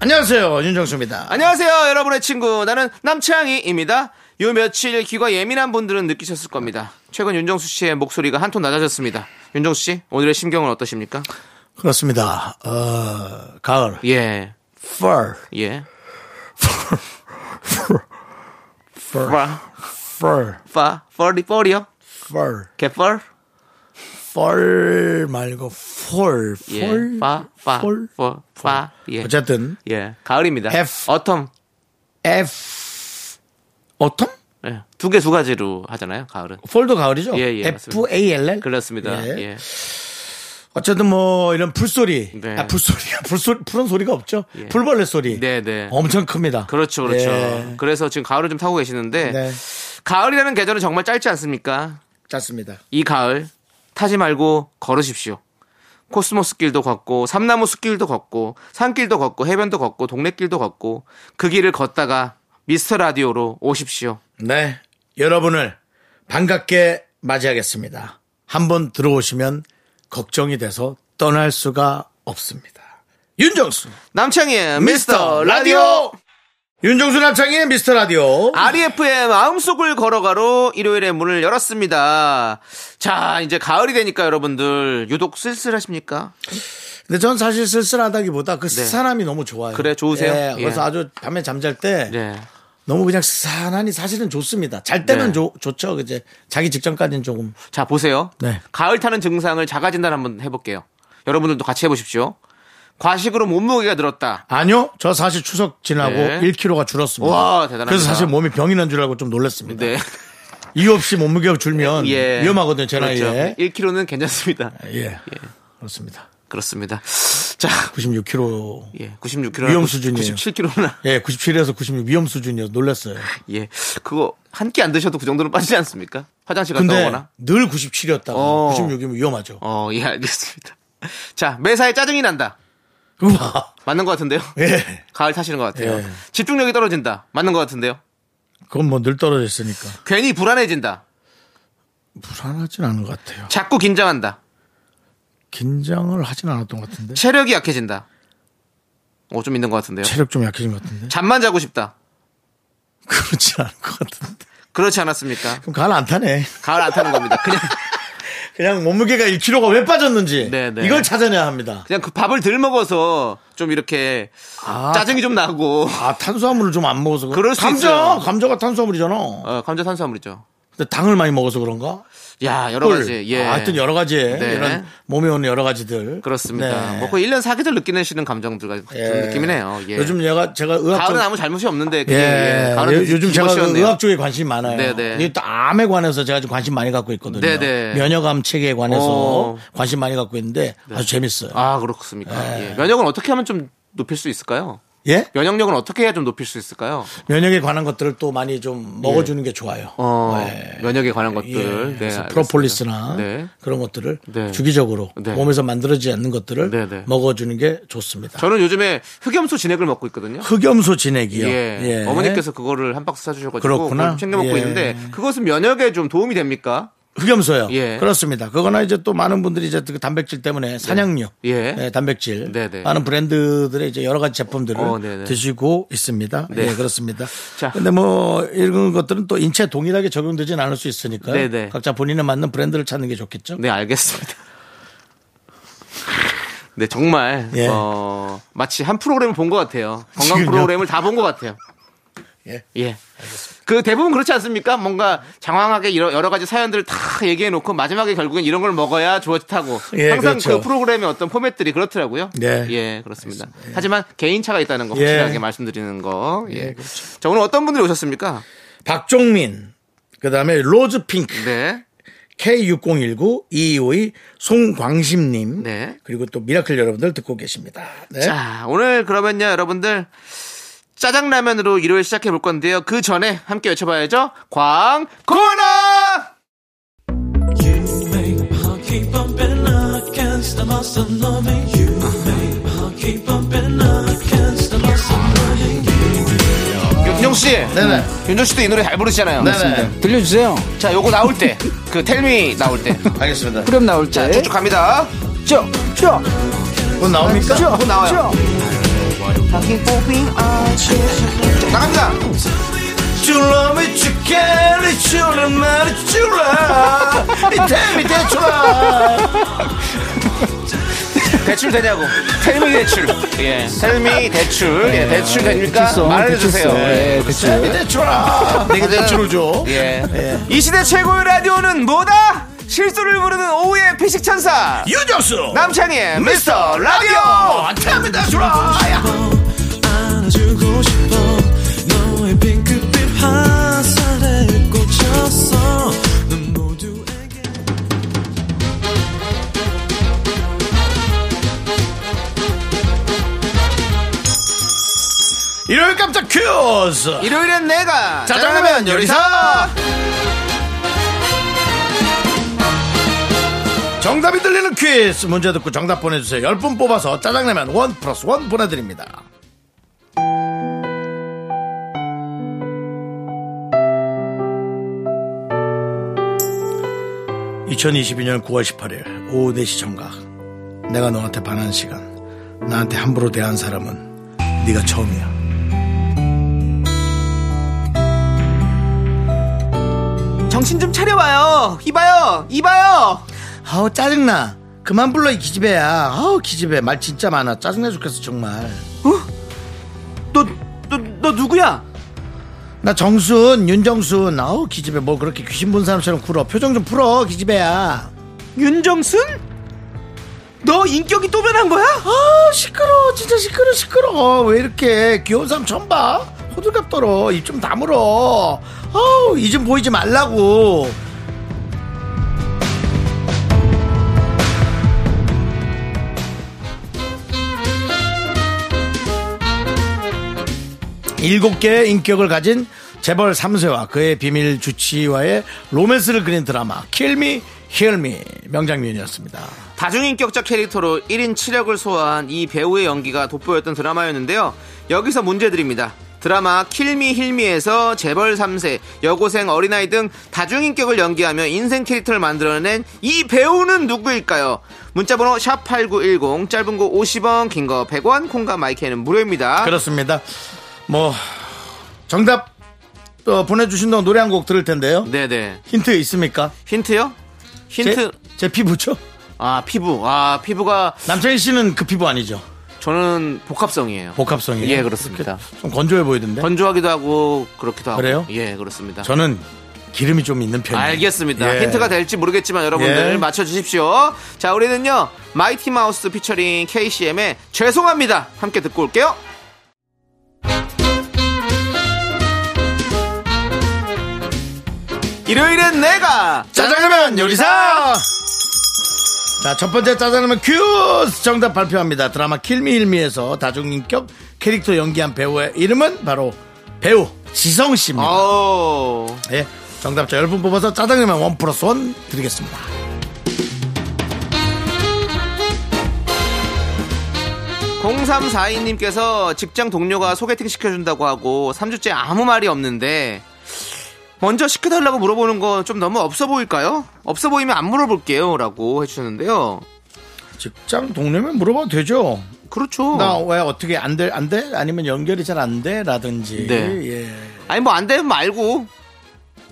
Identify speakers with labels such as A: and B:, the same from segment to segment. A: 안녕하세요 윤정수입니다
B: 안녕하세요, 여러분의 친구. 나는 남창희입니다. 요 며칠 귀가 예민한 분들은 느끼셨을 겁니다. 최근 윤정수 씨의 목소리가 한 톤 낮아졌습니다. 윤정수 씨, 오늘의 심경은 어떠십니까?
A: 그렇습니다 어, 가을
B: 예,
A: fur
B: 예.
A: fur
B: 파,
A: fur
B: 파, 펄이, 펄이요?
A: fur
B: 개펄?
A: fur 말고 fur
B: 예.
A: fur
B: 파, 파,
A: fur.
B: 펄, 파, 예.
A: 어쨌든
B: 예, 가을입니다.
A: F.
B: 어텀.
A: F 어텀?
B: 예. 두 개, 두 가지로 하잖아요, 가을은.
A: 폴도 가을이죠?
B: 예, 예,
A: F A L L.
B: 그렇습니다.
A: 예.
B: 예.
A: 어쨌든 뭐 이런 불소리,
B: 네.
A: 아, 불소리야, 불소 푸른 소리가 없죠?
B: 예.
A: 불벌레 소리.
B: 네, 네.
A: 엄청 큽니다.
B: 그렇죠, 그렇죠.
A: 예.
B: 그래서 지금 가을을 좀 타고 계시는데,
A: 네,
B: 가을이라는 계절은 정말 짧지 않습니까?
A: 짰습니다.
B: 이 가을 타지 말고 걸으십시오. 코스모스 길도 걷고 삼나무 숲길도 걷고 산길도 걷고 해변도 걷고 동네길도 걷고 그 길을 걷다가 미스터 라디오로 오십시오.
A: 네, 여러분을 반갑게 맞이하겠습니다. 한번 들어오시면 걱정이 돼서 떠날 수가 없습니다. 윤정수,
B: 남창희의
A: 미스터 라디오. 윤정수 남창희의 미스터 라디오.
B: 아. RF의 E 마음속을 걸어가로 일요일에 문을 열었습니다. 자, 이제 가을이 되니까 여러분들 유독 쓸쓸하십니까?
A: 근데 전 사실 쓸쓸하다기보다 그 스산함이 너무 좋아요.
B: 네. 그래, 좋으세요?
A: 예, 그래서
B: 예.
A: 아주 밤에 잠잘 때
B: 네.
A: 너무 그냥 스산하니 사실은 좋습니다. 잘 때면
B: 네.
A: 좋- 좋죠. 그 이제 자기 직전까지는 조금
B: 자, 보세요.
A: 네.
B: 가을 타는 증상을 자가 진단 한번 해 볼게요. 여러분들도 같이 해 보십시오. 과식으로 몸무게가 늘었다.
A: 아니요, 저 사실 추석 지나고
B: 네.
A: 1kg가 줄었습니다.
B: 와, 대단합니다.
A: 그래서 사실 몸이 병이 난 줄 알고 좀 놀랐습니다.
B: 네.
A: 이유 없이 몸무게가 줄면
B: 예.
A: 음, 위험하거든요, 제
B: 그렇죠.
A: 나이에.
B: 1kg는 괜찮습니다.
A: 예. 그렇습니다.
B: 그렇습니다. 자,
A: 96kg.
B: 예. 96kg.
A: 위험 수준이에요.
B: 97kg나.
A: 예, 97에서 96 위험 수준이어서 놀랐어요.
B: 예. 그거 한 끼 안 드셔도 그 정도는 빠지지 않습니까? 화장실 갔다
A: 근데
B: 오거나.
A: 늘 97이었다고
B: 어.
A: 96이면 위험하죠.
B: 어, 예, 알겠습니다. 자, 매사에 짜증이 난다.
A: 우와.
B: 맞는 것 같은데요?
A: 아, 예.
B: 가을 타시는 것 같아요.
A: 예.
B: 집중력이 떨어진다. 맞는 것 같은데요?
A: 그건 뭐 늘 떨어져 있으니까
B: 괜히 불안해진다.
A: 불안하진 않은 것 같아요.
B: 자꾸 긴장한다.
A: 긴장을 하진 않았던 것 같은데
B: 체력이 약해진다. 어, 좀 있는 것 같은데요?
A: 체력 좀 약해진 것 같은데
B: 잠만 자고 싶다.
A: 그렇지 않은 것 같은데
B: 그렇지 않았습니까?
A: 그럼 가을 안 타네.
B: 가을 안 타는 겁니다. 그냥,
A: 그냥 몸무게가 1kg가 왜 빠졌는지
B: 네, 네.
A: 이걸 찾아내야 합니다.
B: 그냥 그 밥을 덜 먹어서 좀 이렇게 짜증이 좀 나고
A: 아 탄수화물을 좀 안 먹어서
B: 그럴 수
A: 감자
B: 있어요.
A: 감자가 탄수화물이잖아.
B: 어, 감자 탄수화물이죠.
A: 근데 당을 많이 먹어서 그런가?
B: 야, 여러
A: 꿀.
B: 가지. 예.
A: 아, 하여튼 여러 가지
B: 네.
A: 이런 몸에 오는 여러 가지들
B: 그렇습니다.
A: 네.
B: 뭐 거의 1년 사계절 느끼시는 감정들 같은
A: 예.
B: 느낌이네요. 예.
A: 요즘 제가 제가 의학
B: 가을은
A: 쪽
B: 아무 잘못이 없는데 그게
A: 예.
B: 예.
A: 요-
B: 가을은
A: 요즘 제가 그
B: 기본시였네요.
A: 의학 쪽에 관심이 많아요.
B: 네, 네.
A: 이게 또 암에 관해서 제가 좀 관심 많이 갖고 있거든요.
B: 네네.
A: 면역암 체계에 관해서
B: 어.
A: 관심 많이 갖고 있는데 아주 재밌어요.
B: 아, 그렇습니까?
A: 네.
B: 예. 면역은 어떻게 하면 좀 높일 수 있을까요?
A: 예?
B: 면역력은 어떻게 해야 좀 높일 수 있을까요?
A: 면역에 관한 것들을 또 많이 좀 먹어주는 게 좋아요.
B: 어,
A: 예.
B: 면역에 관한
A: 예.
B: 것들. 네,
A: 그래서
B: 알겠습니다.
A: 프로폴리스나
B: 네.
A: 그런 것들을
B: 네.
A: 주기적으로
B: 네.
A: 몸에서 만들어지지 않는 것들을
B: 네, 네.
A: 먹어주는 게 좋습니다.
B: 저는 요즘에 흑염소 진액을 먹고 있거든요.
A: 흑염소 진액이요.
B: 예. 어머니께서 그거를 한 박스 사주셔가지고
A: 그렇구나.
B: 그걸 챙겨 먹고
A: 예.
B: 있는데 그것은 면역에 좀 도움이 됩니까?
A: 흑염소요.
B: 예. 네.
A: 그렇습니다. 그거나 이제 또 많은 분들이 이제 그 단백질 때문에 산양류,
B: 예.
A: 단백질,
B: 네네.
A: 많은 브랜드들의 이제 여러 가지 제품들을
B: 어, 네네.
A: 드시고 있습니다.
B: 네.
A: 예, 그렇습니다.
B: 자.
A: 근데 뭐 이런 것들은 또 인체 동일하게 적용되진 않을 수 있으니까
B: 네네.
A: 각자 본인에 맞는 브랜드를 찾는 게 좋겠죠.
B: 네, 알겠습니다. 네, 정말
A: 예.
B: 어, 마치 한 프로그램을 본 것 같아요. 건강
A: 지금요?
B: 프로그램을 다 본 것 같아요.
A: 예.
B: 그 대부분 그렇지 않습니까? 뭔가 장황하게 여러, 여러 가지 사연들을 다 얘기해 놓고 마지막에 결국엔 이런 걸 먹어야 좋다고
A: 예,
B: 항상 그
A: 그렇죠.
B: 프로그램의 어떤 포맷들이 그렇더라고요.
A: 네.
B: 예, 그렇습니다. 하지만 개인차가 있다는 거
A: 예. 그렇죠.
B: 확실하게 말씀드리는 거. 예. 자, 오늘 어떤 분들이 오셨습니까?
A: 박종민, 그다음에 로즈핑크, E
B: 네.
A: K6019, 252, 송광심님,
B: 네.
A: 그리고 또 미라클 여러분들 듣고 계십니다. 네.
B: 자, 오늘 그러면요, 여러분들 짜장라면으로 일요일 시작해 볼 건데요. 그 전에 함께 외쳐봐야죠. 광고나!
C: You make my heart keep bumping, I can't stop myself loving you. Make my heart keep bumping, I can't stop myself loving you.
B: 윤정 씨,
A: 네네.
B: 윤정 씨도 이 노래 잘 부르시잖아요.
A: 네네.
D: 들려주세요.
B: 자, 요거 나올 때, 그 텔미 나올 때,
A: 알겠습니다.
D: 후렴 나올 때.
B: 쭉쭉 갑니다.
D: 쭉, 쭉,
A: 곧 나옵니까?
D: 쭉,
B: 쭉 나와요.
D: 쭉.
B: 나갑니다. 네
A: You love me, you care, you love me, you love. You tell me that you love.
B: 대출 되냐고. 텔미 대출. 예. 텔미 대출. 예, 대출 됩니까?
D: 대출성,
B: 말해주세요. 예.
D: 대출성.
B: 네, 그
D: 예,
A: Tell
D: 그치.
A: me that you love. 내게 대출을 줘.
B: 예. 이 시대 최고의 라디오는 뭐다? 실수를 부르는 오후의 피식천사.
A: 유정수. 어,
B: 남창희의 미스터 라디오! 아,
A: 라디오. Tell me that you love.
C: 안아주고 싶어 너의 핑크빛 화살에 꽂혔어 넌 모두에게
A: 일요일 깜짝 퀴즈.
B: 일요일엔 내가
A: 짜장라면 요리사. 정답이 들리는 퀴즈 문제 듣고 정답 보내주세요 10분 뽑아서 짜장라면 원 플러스 원 보내드립니다 (2022년 9월 18일) 오후 (4시) 정각 내가 너한테 반한 시간 나한테 함부로 대한 사람은 네가 처음이야
B: 정신 좀 차려봐요 이봐요 이봐요
A: 아우 짜증나 그만 불러 이 기집애야 아우 기집애 말 진짜 많아 짜증나 죽겠어 정말
B: 너 너, 너 누구야?
A: 나 정순 윤정순 아우 기집애 뭐 그렇게 귀신 본 사람처럼 굴어 표정 좀 풀어 기집애야
B: 윤정순? 너 인격이 또 변한 거야?
A: 아 시끄러 진짜 시끄러 시끄러 왜 이렇게 귀여운 사람 처음 봐 호들갑 떨어 입 좀 다물어 아우 이 좀 보이지 말라고 일곱 개의 인격을 가진 재벌 3세와 그의 비밀 주치와의 로맨스를 그린 드라마 킬미 힐미 명장면이었습니다
B: 다중인격적 캐릭터로 1인 7역을 소화한 이 배우의 연기가 돋보였던 드라마였는데요. 여기서 문제 드립니다. 드라마 킬미 힐미에서 재벌 3세, 여고생 어린아이 등 다중인격을 연기하며 인생 캐릭터를 만들어낸 이 배우는 누구일까요? 문자번호 샵8910 짧은 거 50원 긴 거 100원 콩과 마이크는 무료입니다.
A: 그렇습니다. 뭐 정답 어, 보내주신 동안 노래 한 곡 들을 텐데요.
B: 네네.
A: 힌트 있습니까?
B: 힌트요? 힌트.
A: 제, 제 피부죠?
B: 아 피부. 아 피부가
A: 남창희 씨는 그 피부 아니죠?
B: 저는 복합성이에요.
A: 복합성이에요.
B: 예 그렇습니다.
A: 좀 건조해 보이던데.
B: 건조하기도 하고 그렇기도 하고.
A: 그래요?
B: 예 그렇습니다.
A: 저는 기름이 좀 있는 편이에요.
B: 알겠습니다.
A: 예.
B: 힌트가 될지 모르겠지만 여러분들
A: 예.
B: 맞춰주십시오. 자, 우리는요, 마이티 마우스 피처링 KCM의 죄송합니다. 함께 듣고 올게요. 일요일엔 내가!
A: 짜장라면 요리사. 자, 첫 번째 짜장라면 큐스 정답 발표합니다. 드라마 킬미힐미에서 다중인격 캐릭터 연기한 배우의 이름은 바로 배우 지성 씨입니다.
B: 어
A: 예. 정답자 10분 뽑아서 짜장라면 원 플러스 원 드리겠습니다.
B: 공 0342님께서 직장 동료가 소개팅 시켜준다고 하고 3주째 아무 말이 없는데 먼저 시켜달라고 물어보는 건 좀 너무 없어 보일까요? 없어 보이면 안 물어볼게요. 라고 해주셨는데요.
A: 직장 동료면 물어봐도 되죠.
B: 그렇죠.
A: 나 왜 어떻게 안 돼? 안 돼? 아니면 연결이 잘 안 돼? 라든지.
B: 네.
A: 예.
B: 아니 뭐 안 되면 말고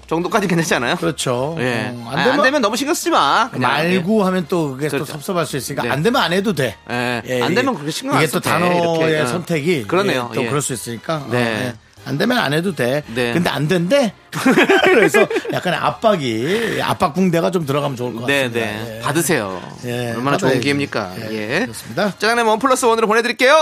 B: 정도까지 괜찮지 않아요?
A: 그렇죠.
B: 예.
A: 어,
B: 아니, 안, 되면, 너무 신경 쓰지 마. 그냥.
A: 말고 하면 또 그게 또
B: 그렇죠.
A: 섭섭할 수 있으니까
B: 네.
A: 안 되면 안 해도 돼.
B: 예. 안 되면 그렇게 신경 안
A: 이게 또
B: 써도 돼.
A: 단어의
B: 이렇게. 어.
A: 선택이
B: 그러네요.
A: 예, 또
B: 예.
A: 그럴 수 있으니까. 어,
B: 네.
A: 예. 안 되면 안 해도 돼.
B: 네.
A: 근데 안 된대. 그래서 약간의 압박이 압박 붕대가 좀 들어가면 좋을 것
B: 네,
A: 같습니다.
B: 네.
A: 예.
B: 받으세요.
A: 예,
B: 얼마나 좋은
A: 받아야지.
B: 기회입니까?
A: 예,
B: 예.
A: 그렇습니다.
B: 짜장면 원 플러스 원으로 보내드릴게요.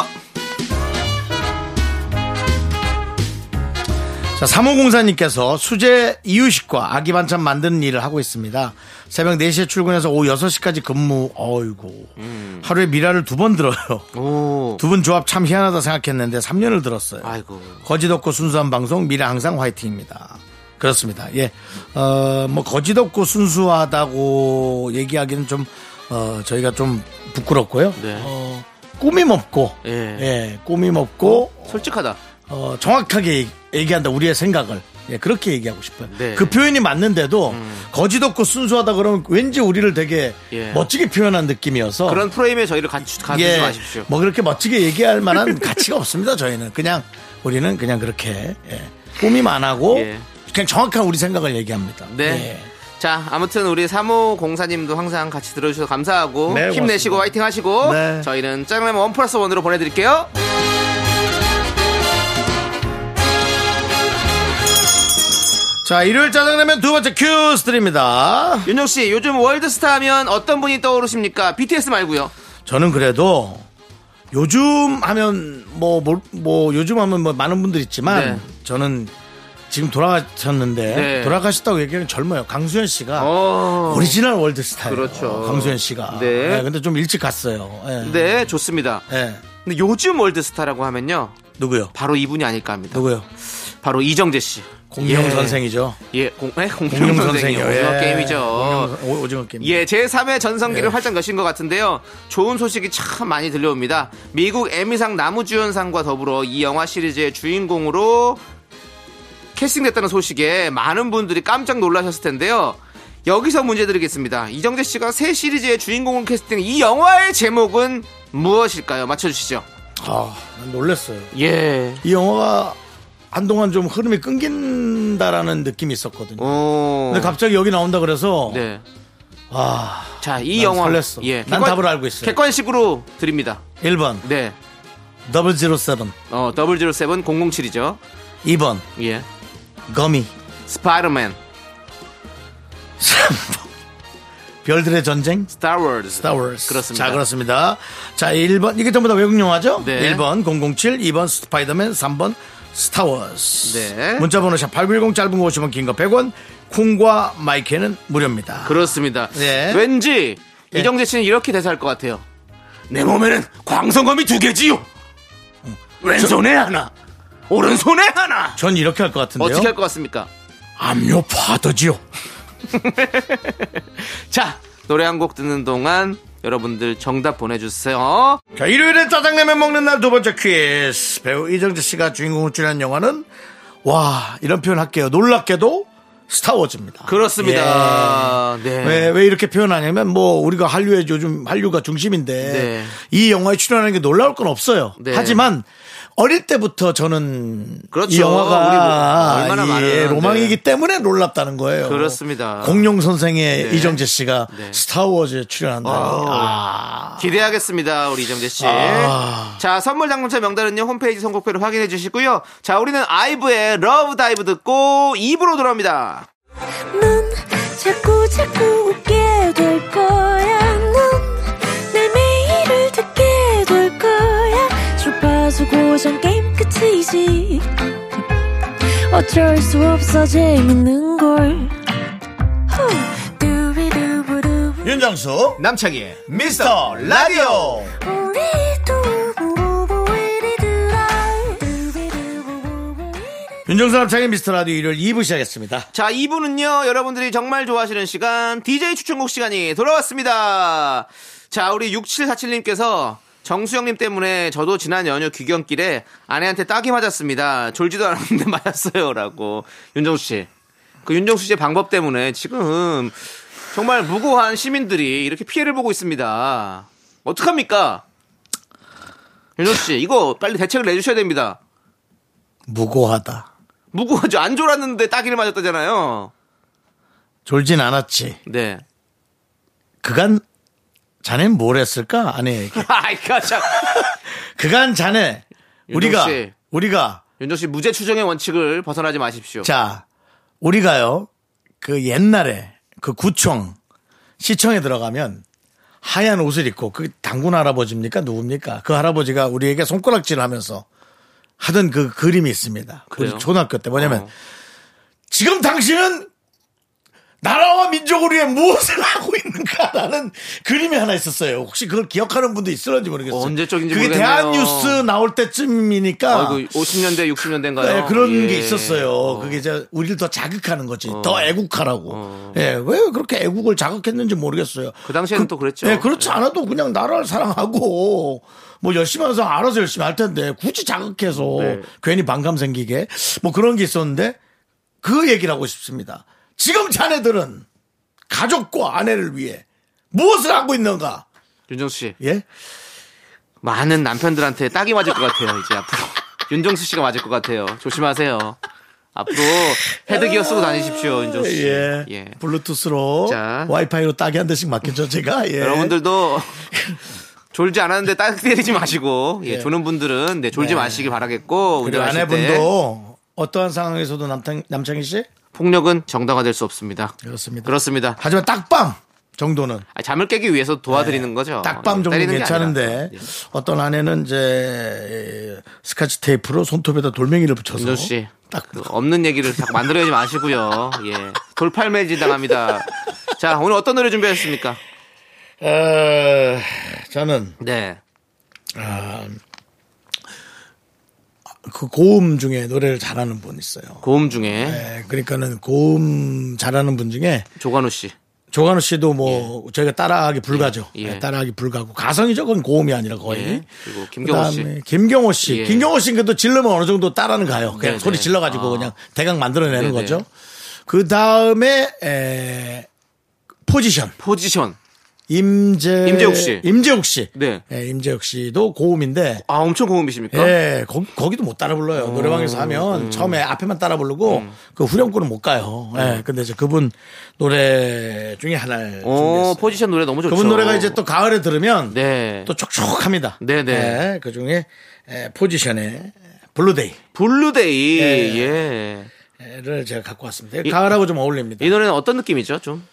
A: 자, 3504님께서 수제 이유식과 아기 반찬 만드는 일을 하고 있습니다. 새벽 4시에 출근해서 오후 6시까지 근무, 어이고.
B: 음.
A: 하루에 미라를 두 번 들어요.
B: 오.
A: 두 분 조합 참 희한하다 생각했는데 3년을 들었어요.
B: 아이고.
A: 거짓없고 순수한 방송, 미라 항상 화이팅입니다. 그렇습니다. 예. 어, 뭐, 거짓없고 순수하다고 얘기하기는 좀, 어, 저희가 좀 부끄럽고요.
B: 네.
A: 어, 꾸밈 없고,
B: 예.
A: 예, 꾸밈 없고,
B: 솔직하다.
A: 어, 정확하게 얘기- 얘기한다 우리의 생각을 예, 그렇게 얘기하고 싶어요.
B: 네. 음.
A: 그 표현이 맞는데도 거짓 없고 순수하다 그러면 왠지 우리를 되게
B: 예.
A: 멋지게 표현한 느낌이어서
B: 그런 프레임에 저희를 갖추, 가두지
A: 예,
B: 마십시오.
A: 뭐 그렇게 멋지게 얘기할 만한 가치가 없습니다. 저희는 그냥 우리는 그냥 그렇게 예, 꾸밈 안 하고
B: 예.
A: 그냥 정확한 우리 생각을 얘기합니다.
B: 네.
A: 예.
B: 자, 아무튼 우리 3호 공사님도 항상 같이 들어주셔서 감사하고
A: 네,
B: 힘내시고
A: 고맙습니다.
B: 화이팅 하시고
A: 네.
B: 저희는 짜장라면 원 플러스 원으로 보내드릴게요.
A: 자 일요일 짜장라면 두 번째 큐스 드립니다.
B: 윤정 씨, 요즘 월드스타 하면 어떤 분이 떠오르십니까? BTS 말고요.
A: 저는 그래도 요즘 하면 뭐, 뭐, 뭐 요즘 하면 뭐 많은 분들 있지만
B: 네.
A: 저는 지금 돌아가셨는데
B: 네.
A: 돌아가셨다고 얘기하는 젊어요. 강수현 씨가
B: 어.
A: 오리지널 월드스타예요.
B: 그렇죠.
A: 강수현 씨가.
B: 네.
A: 근데 좀 일찍 갔어요. 예.
B: 네, 좋습니다.
A: 예.
B: 근데 요즘 월드스타라고 하면요.
A: 누구요?
B: 바로 이분이 아닐까 합니다.
A: 누구요?
B: 바로 이정재 씨.
A: 공영
B: 예.
A: 선생이죠.
B: 예, 공, 네? 공룡
A: 공영
B: 선생이요.
A: 선생이요.
B: 오징어
A: 예.
B: 게임이죠.
A: 공룡 선- 오- 오징어 게임.
B: 예, 제3회 전성기를
A: 예.
B: 활짝 여신 것 같은데요. 좋은 소식이 참 많이 들려옵니다. 미국 에미상 나무주연상과 더불어 이 영화 시리즈의 주인공으로 캐스팅됐다는 소식에 많은 분들이 깜짝 놀라셨을 텐데요. 여기서 문제 드리겠습니다. 이정재 씨가 새 시리즈의 주인공을 캐스팅 이 영화의 제목은 무엇일까요? 맞춰주시죠.
A: 아, 난 놀랐어요.
B: 예.
A: 이 영화가 한동안 좀 흐름이 끊긴다라는 느낌이 있었거든요.
B: 오.
A: 근데 갑자기 여기 나온다 그래서
B: 어. 네.
A: 아,
B: 자, 이
A: 난
B: 영화. 예,
A: 설렜어. 난 답을 알고 있어요.
B: 객관식으로 드립니다.
A: 1번
B: 네.
A: 007
B: 어, 007 007이죠.
A: 2번
B: 예.
A: 거미
B: 스파이더맨,
A: 3번 별들의 전쟁
B: 스타워즈.
A: 스타워스
B: 그렇습니다.
A: 자 그렇습니다 자 1번 이게 전부 다 외국 영화죠
B: 네.
A: 1번 007 2번 스파이더맨 3번 스타워스
B: 네.
A: 문자번호 샵8910 짧은 거 50원 긴 거 100원 콩과 마이크는 무료입니다
B: 그렇습니다.
A: 네.
B: 왠지 이정재 씨는 이렇게 대사할 것 같아요. 내 몸에는 광선검이 두 개지요. 왼손에 하나, 오른손에 하나.
A: 전 이렇게 할 것 같은데요
B: 어떻게 할 것 같습니까?
A: 암요 파더지요
B: 자, 노래 한 곡 듣는 동안 여러분들 정답 보내주세요.
A: 자, 일요일에 짜장라면 먹는 날 두 번째 퀴즈. 배우 이정재 씨가 주인공을 출연한 영화는 와 이런 표현 할게요. 놀랍게도 스타워즈입니다.
B: 그렇습니다.
A: 예.
B: 네.
A: 왜, 왜 이렇게 표현하냐면 뭐 우리가 한류의 요즘 한류가 중심인데
B: 네.
A: 이 영화에 출연하는 게 놀라울 건 없어요.
B: 네.
A: 하지만 어릴 때부터 저는
B: 그렇죠.
A: 이 영화가
B: 우리 뭐 얼마나
A: 이 예,
B: 많은,
A: 로망이기 때문에 놀랍다는 거예요.
B: 그렇습니다.
A: 공룡 선생의
B: 네.
A: 이정재 씨가
B: 네. 아.
A: 스타워즈에 아. 출연한다.
B: 기대하겠습니다, 우리 이정재 씨. 자, 선물 당첨자 명단은요, 홈페이지 선곡표를 확인해 주시고요. 자, 우리는 아이브의 러브 다이브 듣고 2부로 돌아옵니다.
D: 넌 자꾸 자꾸 웃게 될 거야. 넌내 매일을 듣게 될 거야. 주파수 고정 게임 끝이지. 어쩔 수 없어 재밌는 걸. 후. 두비두부두.
A: 윤정수
B: 남창희의
A: 미스터 라디오.
D: 우리 두부부부 이리들아. 두비두부부부 이리들아.
A: 윤정수 남창의 미스터 라디오 일요일 2부 시작했습니다.
B: 자, 2부는요, 여러분들이 정말 좋아하시는 시간, DJ 추천곡 시간이 돌아왔습니다. 자, 우리 6747님께서 정수영님 때문에 저도 지난 연휴 귀경길에 아내한테 딱이 맞았습니다. 졸지도 않았는데 맞았어요. 라고. 윤정수 씨. 그 윤정수 씨의 방법 때문에 지금 정말 무고한 시민들이 이렇게 피해를 보고 있습니다. 어떡합니까? 윤정수 씨, 이거 빨리 대책을 내주셔야 됩니다.
A: 무고하다.
B: 무고하죠. 안 졸았는데 딱이를 맞았다잖아요.
A: 졸진 않았지.
B: 네.
A: 그간 자넨 뭘 했을까? 아내에게.
B: 아이가 참.
A: 그간 자네 우리가
B: 씨.
A: 우리가
B: 윤정 씨 무죄 추정의 원칙을 벗어나지 마십시오.
A: 자 우리가요 그 옛날에 그 구청 시청에 들어가면 하얀 옷을 입고 그 당군 할아버지입니까 누굽니까 그 할아버지가 우리에게 손가락질을 하면서 하던 그 그림이 있습니다.
B: 그래요?
A: 우리 초등학교 때 뭐냐면
B: 어.
A: 지금 당신은 나라와 민족을 위해 무엇을 하고 있는가라는 그림이 하나 있었어요. 혹시 그걸 기억하는 분도 있을런지 모르겠어요.
B: 언제적인지
A: 그게
B: 모르겠네요.
A: 대한뉴스 나올 때쯤이니까
B: 어, 아이고 50년대 60년대인가요?
A: 네, 그런
B: 예.
A: 게 있었어요.
B: 어.
A: 그게 이제 우리를 더 자극하는 거지. 더 애국하라고. 예, 왜 그렇게 애국을 자극했는지 모르겠어요.
B: 어. 그 당시에는 또 그랬죠.
A: 예, 그렇지
B: 예.
A: 않아도 그냥 나라를 사랑하고 뭐 열심히 해서 알아서 열심히 할 텐데 굳이 자극해서
B: 네.
A: 괜히 반감 생기게 뭐 그런 게 있었는데 그 얘기를 하고 싶습니다. 지금 자네들은 가족과 아내를 위해 무엇을 하고 있는가?
B: 윤정수 씨
A: 예?
B: 많은 남편들한테 딱이 맞을 것 같아요. 이제 앞으로 윤정수 씨가 맞을 것 같아요. 조심하세요. 앞으로 헤드기어 쓰고 다니십시오, 윤정수 씨.
A: 예.
B: 예.
A: 블루투스로
B: 자.
A: 와이파이로 딱이 한 대씩 맡겨줘 제가. 예.
B: 여러분들도 졸지 않았는데 딱 때리지 마시고 예,
A: 예.
B: 조는 분들은 네, 졸지 마시길 바라겠고
A: 그리고
B: 운전하실 때
A: 아내분도 어떠한 상황에서도 남창, 남창희 씨?
B: 폭력은 정당화될 수 없습니다.
A: 그렇습니다.
B: 그렇습니다.
A: 하지만 딱밤 정도는
B: 아, 잠을 깨기 위해서 도와드리는 거죠.
A: 네. 딱밤
B: 예,
A: 정도
B: 때리는 게
A: 괜찮은데
B: 아니라. 예.
A: 어떤 아내는 이제 스카치 테이프로 손톱에다 돌멩이를 붙여서
B: 윤정 씨.
A: 딱
B: 그 없는 얘기를 자꾸 만들어내지 마시고요. 예. 돌팔매질 당합니다. 자, 오늘 어떤 노래 준비했습니까?
A: 어, 저는
B: 네.
A: 그 고음 중에 노래를 잘하는 분 있어요.
B: 고음 중에
A: 예, 그러니까는 고음 잘하는 분 중에
B: 조관우 씨.
A: 조관우 씨도 뭐 저희가 따라하기 불가죠.
B: 예.
A: 예, 따라하기 불가고 가성이죠. 그건 고음이 아니라 거의.
B: 예. 그리고 김경호 씨.
A: 그다음에 김경호 씨.
B: 예.
A: 김경호 씨는 그래도 질르면 어느 정도 따라는 가요. 그냥
B: 네네.
A: 소리 질러가지고
B: 아.
A: 그냥 대강 만들어내는
B: 네네.
A: 거죠. 그 다음에 에 포지션
B: 포지션.
A: 임재
B: 임재욱 씨.
A: 임재욱 씨.
B: 네.
A: 예, 임재욱 씨도 고음인데
B: 아, 엄청 고음이십니까?
A: 예, 거, 거기도 못 따라 불러요.
B: 음,
A: 노래방에서 하면 처음에 앞에만 따라 부르고 그 후렴구는 못 가요.
B: 음.
A: 예, 근데 이제 그분 노래 중에 하나를
B: 오,
A: 준비했어요.
B: 포지션 노래 너무 좋죠.
A: 그분 노래가 이제 또 가을에 들으면
B: 그렇죠. 네.
A: 또 촉촉합니다.
B: 네네.
A: 예, 그 중에 포지션의 블루데이를
B: 블루데이.
A: 예.
B: 예.
A: 제가 갖고 왔습니다. 가을하고 좀 어울립니다.
B: 이 노래는 어떤 느낌이죠? 좀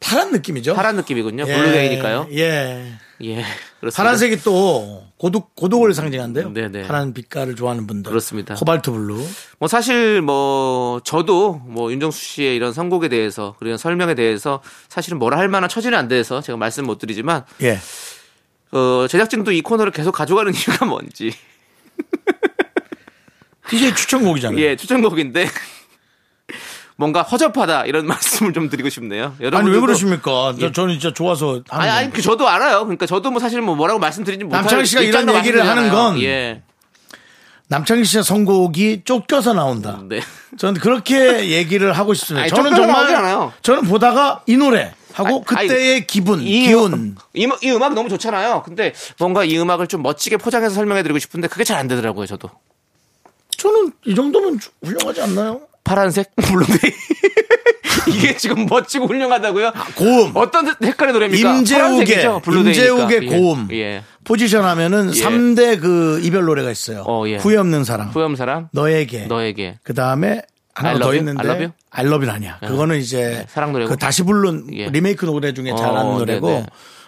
A: 파란 느낌이죠.
B: 파란 느낌이군요. 블루데이니까요.
A: 예.
B: 예. 그렇습니다.
A: 파란색이 또 고독 고독을 상징한대요.
B: 네네.
A: 파란 빛깔을 좋아하는 분들.
B: 그렇습니다.
A: 코발트 블루.
B: 뭐 사실 뭐 저도 뭐 윤정수 씨의 이런 선곡에 대해서 그리고 설명에 대해서 사실은 뭐라 할 만한 처지는 안 돼서 제가 말씀 못 드리지만
A: 예.
B: 어, 제작진도 이 코너를 계속 가져가는 이유가 뭔지
A: DJ 추천곡이잖아요.
B: 예 추천곡인데 뭔가 허접하다 이런 말씀을 좀 드리고 싶네요. 여러분
A: 아니 왜 그러십니까? 저, 저는 진짜 좋아서 하는
B: 아니, 아니,
A: 거예요.
B: 그 저도 알아요. 그러니까 저도 뭐 사실 뭐 뭐라고 말씀드리지 못할
A: 남창희 씨가 이런
B: 입장으로
A: 얘기를 하는
B: 말씀드리잖아요.
A: 건
B: 예,
A: 남창희 씨의 선곡이 쫓겨서 나온다.
B: 네,
A: 저는 그렇게 얘기를 하고 싶습니다.
B: 아니,
A: 저는
B: 쫓겨서
A: 정말
B: 나오지 않아요.
A: 저는 보다가 이 노래 하고
B: 아니, 아니,
A: 그때의 음, 기분,
B: 이-
A: 기운.
B: 이, 음악- 이 음악 너무 좋잖아요. 근데 뭔가 이 음악을 좀 멋지게 포장해서 설명해드리고 싶은데 그게 잘 안 되더라고요. 저도
A: 저는 이 정도면 주- 훌륭하지 않나요?
B: 파란색 블루데이 이게 지금 멋지고 훌륭하다고요?
A: 아, 고음.
B: 어떤 색깔의 노래입니까?
A: 임재욱의
B: 그러니까 파란색이죠? 블루데이니까.
A: 임재욱의
B: 예.
A: 고음.
B: 예.
A: 포지션 하면은
B: 예.
A: 삼 3대 그 이별 노래가 있어요.
B: 어, 예.
A: 후회 없는 사랑.
B: 후염 사람
A: 너에게.
B: 너에게
A: 그다음에 하나
B: I love
A: 더
B: you? I love
A: 있는데
B: you? 예.
A: 알러빈 아니야. 그거는 이제
B: 사랑 노래고.
A: 그 다시 부른
B: 예.
A: 리메이크 노래 중에 잘하는
B: 어,
A: 노래고
B: 네네.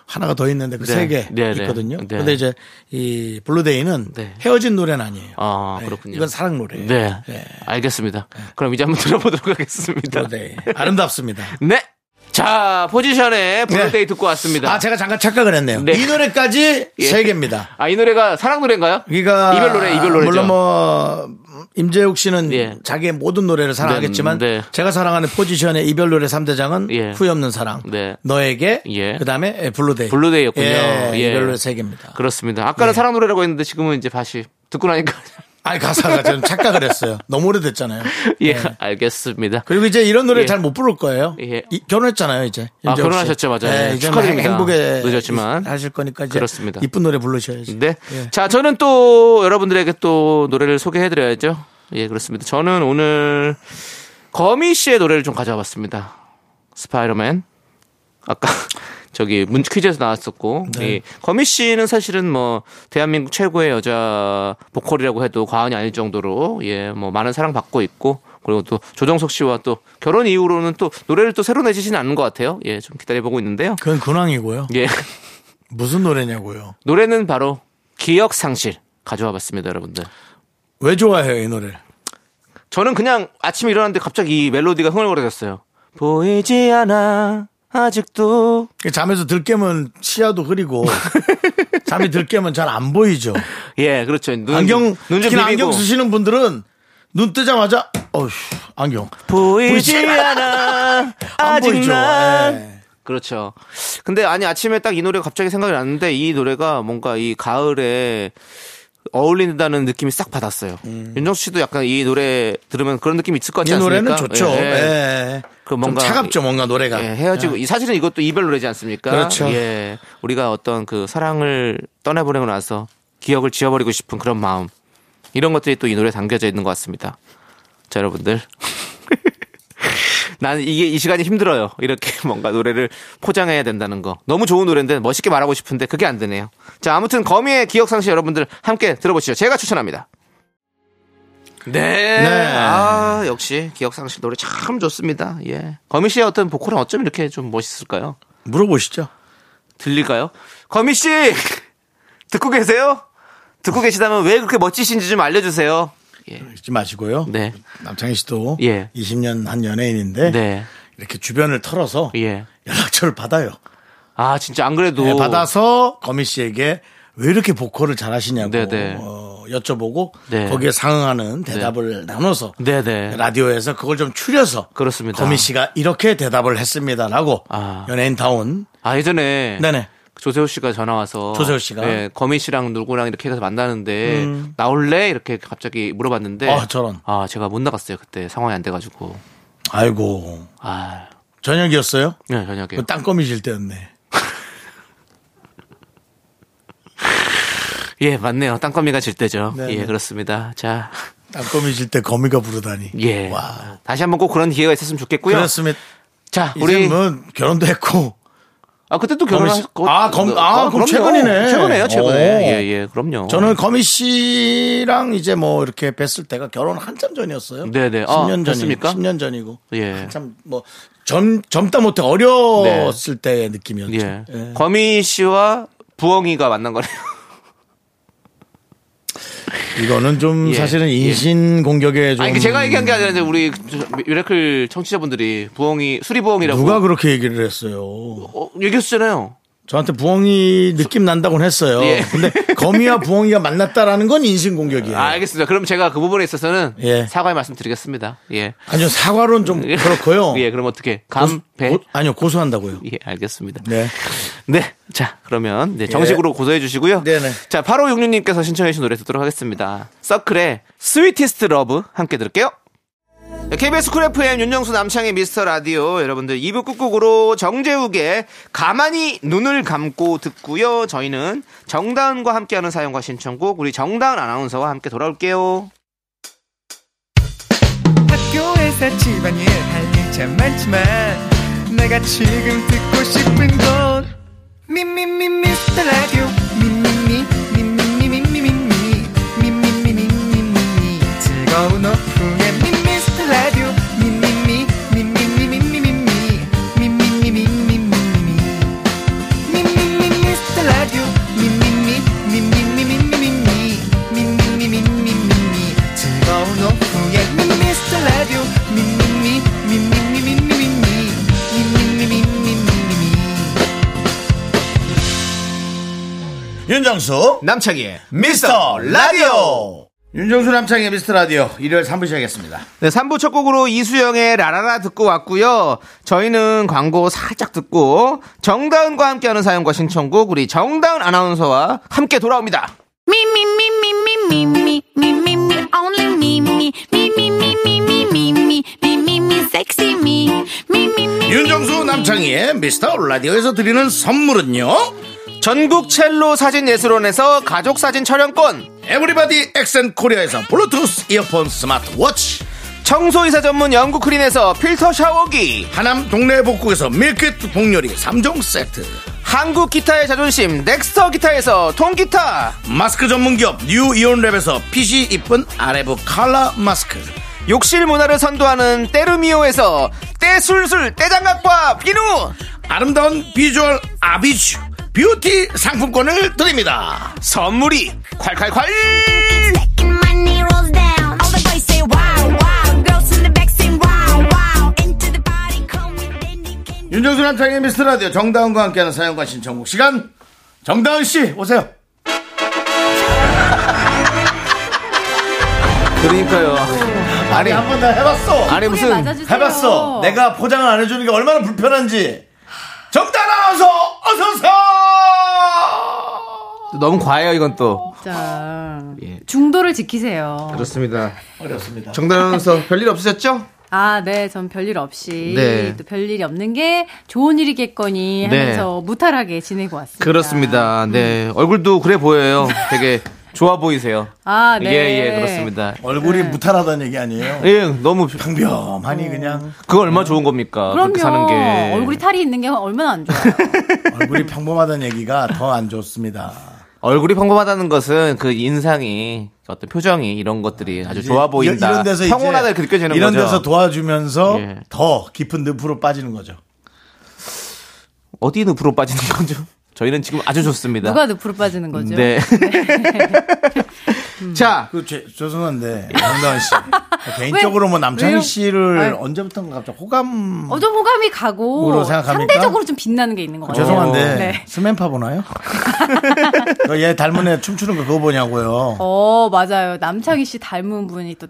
A: 하나가 더 있는데 그
B: 네.
A: 세 개
B: 네네.
A: 있거든요.
B: 네.
A: 근데 이제 이 블루데이는
B: 네.
A: 헤어진 노래는 아니에요.
B: 아,
A: 예,
B: 그렇군요.
A: 이건 사랑 노래. 예요
B: 네. 알겠습니다. 그럼 이제 한번 들어보도록 하겠습니다.
A: 블루데이 아름답습니다.
B: 네. 자, 포지션의 블루데이
A: 네.
B: 듣고 왔습니다.
A: 아
B: 아,
A: 제가 잠깐 착각을 했네요.
B: 네.
A: 이 노래까지
B: 예.
A: 세 개입니다.
B: 이 노래가 사랑 노래인가요?
A: 그러니까
B: 이별 노래, 이별 노래죠.
A: 물론 뭐 임재욱 씨는
B: 예.
A: 자기의 모든 노래를 사랑하겠지만
B: 네, 네.
A: 제가 사랑하는 포지션의 이별 노래 3대장은
B: 예.
A: 후회 없는 사랑.
B: 네.
A: 너에게
B: 예.
A: 그다음에 블루데이.
B: 블루데이였군요.
A: 예,
B: 예.
A: 이별 노래 세 개입니다.
B: 그렇습니다. 아까는
A: 네.
B: 사랑 노래라고 했는데 지금은 이제 다시 듣고 나니까
A: 아니 가사가 저는 착각을 했어요. 너무 오래됐잖아요.
B: 예,
A: 예.
B: 알겠습니다.
A: 그리고 이제 이런 노래
B: 예.
A: 잘 못 부를 거예요.
B: 예.
A: 이- 결혼했잖아요, 이제.
B: 아,
A: 임재욱 씨.
B: 결혼하셨죠, 맞아요. 예,
A: 이제는
B: 축하드립니다.
A: 행복에
B: 늦었지만.
A: 하실 거니까 이제
B: 그렇습니다.
A: 이쁜 노래 부르셔야지.
B: 네.
A: 예.
B: 자, 저는 또 여러분들에게 또 노래를 소개해 드려야죠. 예, 그렇습니다. 저는 오늘 거미 씨의 노래를 좀 가져와 봤습니다. 스파이더맨. 아까 저기 문 퀴즈에서 나왔었고 이 거미 씨는 사실은 뭐 대한민국 최고의 여자 보컬이라고 해도 과언이 아닐 정도로 예, 뭐 많은 사랑 받고 있고 그리고 또 조정석 씨와 또 결혼 이후로는 또 노래를 또 새로 내시지는 않은 것 같아요. 예, 좀 기다려 보고 있는데요.
A: 그건 근황이고요.
B: 예.
A: 무슨 노래냐고요.
B: 노래는 바로 기억 상실 가져와 봤습니다, 여러분들.
A: 왜 좋아해요 이 노래를?
B: 저는 그냥 아침에 일어났는데 갑자기 이 멜로디가 흥얼거려졌어요. 보이지 않아 아직도
A: 잠에서 들깨면 시야도 흐리고 잠이 들깨면 잘 안 보이죠.
B: 예 그렇죠. 눈,
A: 안경
B: 눈 좀
A: 특히나
B: 비비고
A: 안경 쓰시는 분들은 눈 뜨자마자 어휴 안경
B: 보이지
A: 보이지
B: 않아
A: 안
B: 아직
A: 보이죠.
B: 난
A: 예.
B: 그렇죠. 근데 아니 아침에 딱 이 노래가 갑자기 생각이 났는데 이 노래가 뭔가 이 가을에 어울린다는 느낌이 싹 받았어요. 윤정수 씨도 약간 이 노래 들으면 그런 느낌이 있을 것 같지
A: 음. 이
B: 않습니까?
A: 노래는 좋죠.
B: 예, 예.
A: 예.
B: 그뭔
A: 좀 차갑죠 뭔가 노래가.
B: 예, 헤어지고 이 사실은 이것도 이별 노래지 않습니까?
A: 그렇죠.
B: 예, 우리가 어떤 그 사랑을 떠나보내고 나서 기억을 지워버리고 싶은 그런 마음 이런 것들이 또 이 노래 에 담겨져 있는 것 같습니다. 자 여러분들, 난 이게 이 시간이 힘들어요. 이렇게 뭔가 노래를 포장해야 된다는 거 너무 좋은 노래인데 멋있게 말하고 싶은데 그게 안 되네요. 자 아무튼 거미의 기억 상실 여러분들 함께 들어보시죠. 제가 추천합니다. 네.
A: 네.
B: 아, 역시 기억상실 노래 참 좋습니다. 예. 거미 씨의 어떤 보컬은 어쩜 이렇게 좀 멋있을까요?
A: 물어보시죠.
B: 들릴까요? 거미 씨! 듣고 계세요? 듣고 계시다면 왜 그렇게 멋지신지 좀 알려주세요. 예.
A: 잊지 마시고요.
B: 네.
A: 남창희 씨도
B: 예.
A: 20년 한 연예인인데
B: 네.
A: 이렇게 주변을 털어서
B: 예.
A: 연락처를 받아요.
B: 아, 진짜 안 그래도.
A: 네, 받아서 거미 씨에게 왜 이렇게 보컬을 잘하시냐고
B: 네, 네.
A: 어, 여쭤보고
B: 네.
A: 거기에 상응하는 대답을 나눠서
B: 네네.
A: 라디오에서 그걸 좀 추려서
B: 그렇습니다.
A: 거미 씨가 이렇게 대답을 했습니다라고
B: 아.
A: 연예인다운
B: 아, 예전에.
A: 네네
B: 조세호 씨가 전화 와서
A: 조세호 씨가? 음.
B: 예, 거미 씨랑 누구랑 이렇게 해서 만나는데 나올래 이렇게 갑자기 물어봤는데
A: 아, 저런.
B: 아, 제가 못 나갔어요 그때 상황이 안 돼가지고
A: 아이고
B: 아
A: 저녁이었어요?
B: 네, 저녁에
A: 그 땅거미 질 때였네.
B: 예, 맞네요. 땅거미가 질 때죠.
A: 네,
B: 예,
A: 네.
B: 그렇습니다. 자,
A: 땅거미 질 때 거미가 부르다니.
B: 예.
A: 와.
B: 다시 한번 꼭 그런 기회가 있었으면 좋겠고요.
A: 그렇습니다.
B: 자,
A: 우리
B: 우리
A: 뭐 결혼도 했고
B: 아 그때 또
A: 거미
B: 결혼하
A: 씨- 아, 검- 아, 그럼 최근이네.
B: 어, 최근에요, 최근에.
A: 오.
B: 예, 예, 그럼요.
A: 저는 거미 씨랑 이제 뭐 이렇게 뵀을 때가 결혼 한참 전이었어요.
B: 네네. 아,
A: 10년
B: 됐습니까?
A: 전이니까. 10년 전이고.
B: 예.
A: 한참 뭐 젊, 젊다 못해 어렸을 때의 느낌이었죠.
B: 네. 예.
A: 예.
B: 거미 씨와 부엉이가 만난 거네요.
A: 이거는 좀
B: 예.
A: 사실은
B: 예.
A: 인신 공격에 좀
B: 아니 이게 제가 얘기한 게 아니라 이제 우리 저- 미라클 청취자분들이 부엉이 수리 부엉이라고
A: 누가 그렇게 얘기를 했어요.
B: 어, 얘기했잖아요.
A: 저한테 부엉이 느낌 난다고 했어요.
B: 예.
A: 근데 거미와 부엉이가 만났다라는 건 인신 공격이에요.
B: 아, 알겠습니다. 그럼 제가 그 부분에 있어서는
A: 예.
B: 사과의 말씀드리겠습니다. 예.
A: 아니요 사과론 좀 그렇고요.
B: 예, 그럼 어떻게 감,
A: 고수-
B: 배?
A: 고- 아니요 고소한다고요.
B: 예, 알겠습니다.
A: 네.
B: 네. 자, 그러면 네, 정식으로 고소해 주시고요.
A: 예. 네네.
B: 자, 8566님께서 신청해 주신 노래 듣도록 하겠습니다. 서클의 스위티스트 러브 함께 들을게요. 네, KBS 쿨 FM 윤정수 남창의 미스터 라디오 여러분들 2부 꾹꾹으로 정재욱의 가만히 눈을 감고 듣고요. 저희는 정다은과 함께하는 사연과 신청곡 우리 정다은 아나운서와 함께 돌아올게요.
E: 학교에서 집안일 할 일 참 많지만 내가 지금 듣고 싶은 건 미미미 미스터 라디오 미미미 미미미 미미미 미미미 미미미 즐거운 오후에 미스터 라디오 미미미 미미미 미미미 미미미 미미미
A: 윤정수
B: 남창희의
A: 미스터 라디오 윤정수 남창의 미스터 라디오 일요일 3부 시작했습니다.
B: 네, 3부 첫 곡으로 이수영의 라라라 듣고 왔고요. 저희는 광고 살짝 듣고 정다은과 함께하는 사연과 신청곡 우리 정다은 아나운서와 함께 돌아옵니다.
D: Me, me, me, me, me, me, me, me, me, me, only me, me, me, me, me, me, me, me, me, me, me, me, sexy me, me, me, me.
A: 윤정수 남창희의 미스터 라디오에서 드리는 선물은요.
B: 전국 첼로 사진 예술원에서 가족 사진 촬영권,
A: 에브리바디 엑센 코리아에서 블루투스 이어폰 스마트워치
B: 청소이사 전문 영국 크린에서 필터 샤워기,
A: 하남 동네 복국에서 밀키트 복요리 3종 세트
B: 한국 기타의 자존심 넥스터 기타에서 통기타,
A: 마스크 전문기업 뉴 이온랩에서 핏이 이쁜 아레브 칼라 마스크
B: 욕실 문화를 선도하는 때르미오에서 때술술 때장갑과 비누,
A: 아름다운 비주얼 아비쥬 뷰티 상품권을 드립니다
B: 선물이 콸콸콸!
D: Second my Benny rolls down. All the boys say wow, wow. Girls in the back say wow, wow. Into the party, call me Benny King.
A: 윤정수 남창의 미스터 라디오 정다은과 함께하는 사연과 신청곡 시간 정다은 씨 오세요.
B: 그러니까요.
A: 아니 한 번 다 해봤어.
B: 아니 무슨
A: 해봤어. 내가 포장을 안 해주는 게 얼마나 불편한지. 정다은 아나운서 어서 오세요.
B: 너무 과해요 이건 또.
F: 진짜.
B: 예.
F: 중도를 지키세요.
B: 그렇습니다.
A: 어렵습니다.
B: 정다은서 별일 없으셨죠?
F: 아, 네, 전 별일 없이
B: 네.
F: 또 별일이 없는 게 좋은 일이겠거니
B: 네.
F: 하면서 무탈하게 지내고 왔습니다.
B: 그렇습니다. 네 얼굴도 그래 보여요. 되게 좋아 보이세요.
F: 아, 네.
B: 예예 그렇습니다.
A: 얼굴이
B: 네.
A: 무탈하다는 얘기 아니에요?
B: 예 너무
A: 평범하니 그냥
B: 그거 얼마 나 좋은 겁니까?
F: 그럼요.
B: 그렇게 사는 게
F: 얼굴이 탈이 있는 게 얼마나 안 좋아요.
A: 얼굴이 평범하다는 얘기가 더 안 좋습니다.
B: 얼굴이 평범하다는 것은 그 인상이 어떤 표정이 이런 것들이 아주 좋아 보인다.
A: 이- 이런 데서 이제
B: 평온하다 이렇게 느껴지는
A: 이런
B: 거죠.
A: 데서 도와주면서
B: 예.
A: 더 깊은 늪으로 빠지는 거죠.
B: 어디 늪으로 빠지는 거죠? 저희는 지금 아주 좋습니다.
F: 누가 늪으로 빠지는 거죠?
B: 네. 자,
A: 그 죄, 죄송한데 정다은 씨 개인적으로 뭐 남창희
F: 왜요?
A: 씨를
F: 아유.
A: 언제부턴가 갑자기 호감
F: 어좀 호감이 가고
A: 뭐로 생각합니까?
F: 상대적으로 좀 빛나는 게 있는 것 같아요.
A: 어, 죄송한데
F: 네.
A: 스맨파 보나요? 그얘 닮은 애 춤추는 거 그거 보냐고요.
F: 어 맞아요. 남창희 씨 닮은 분이 또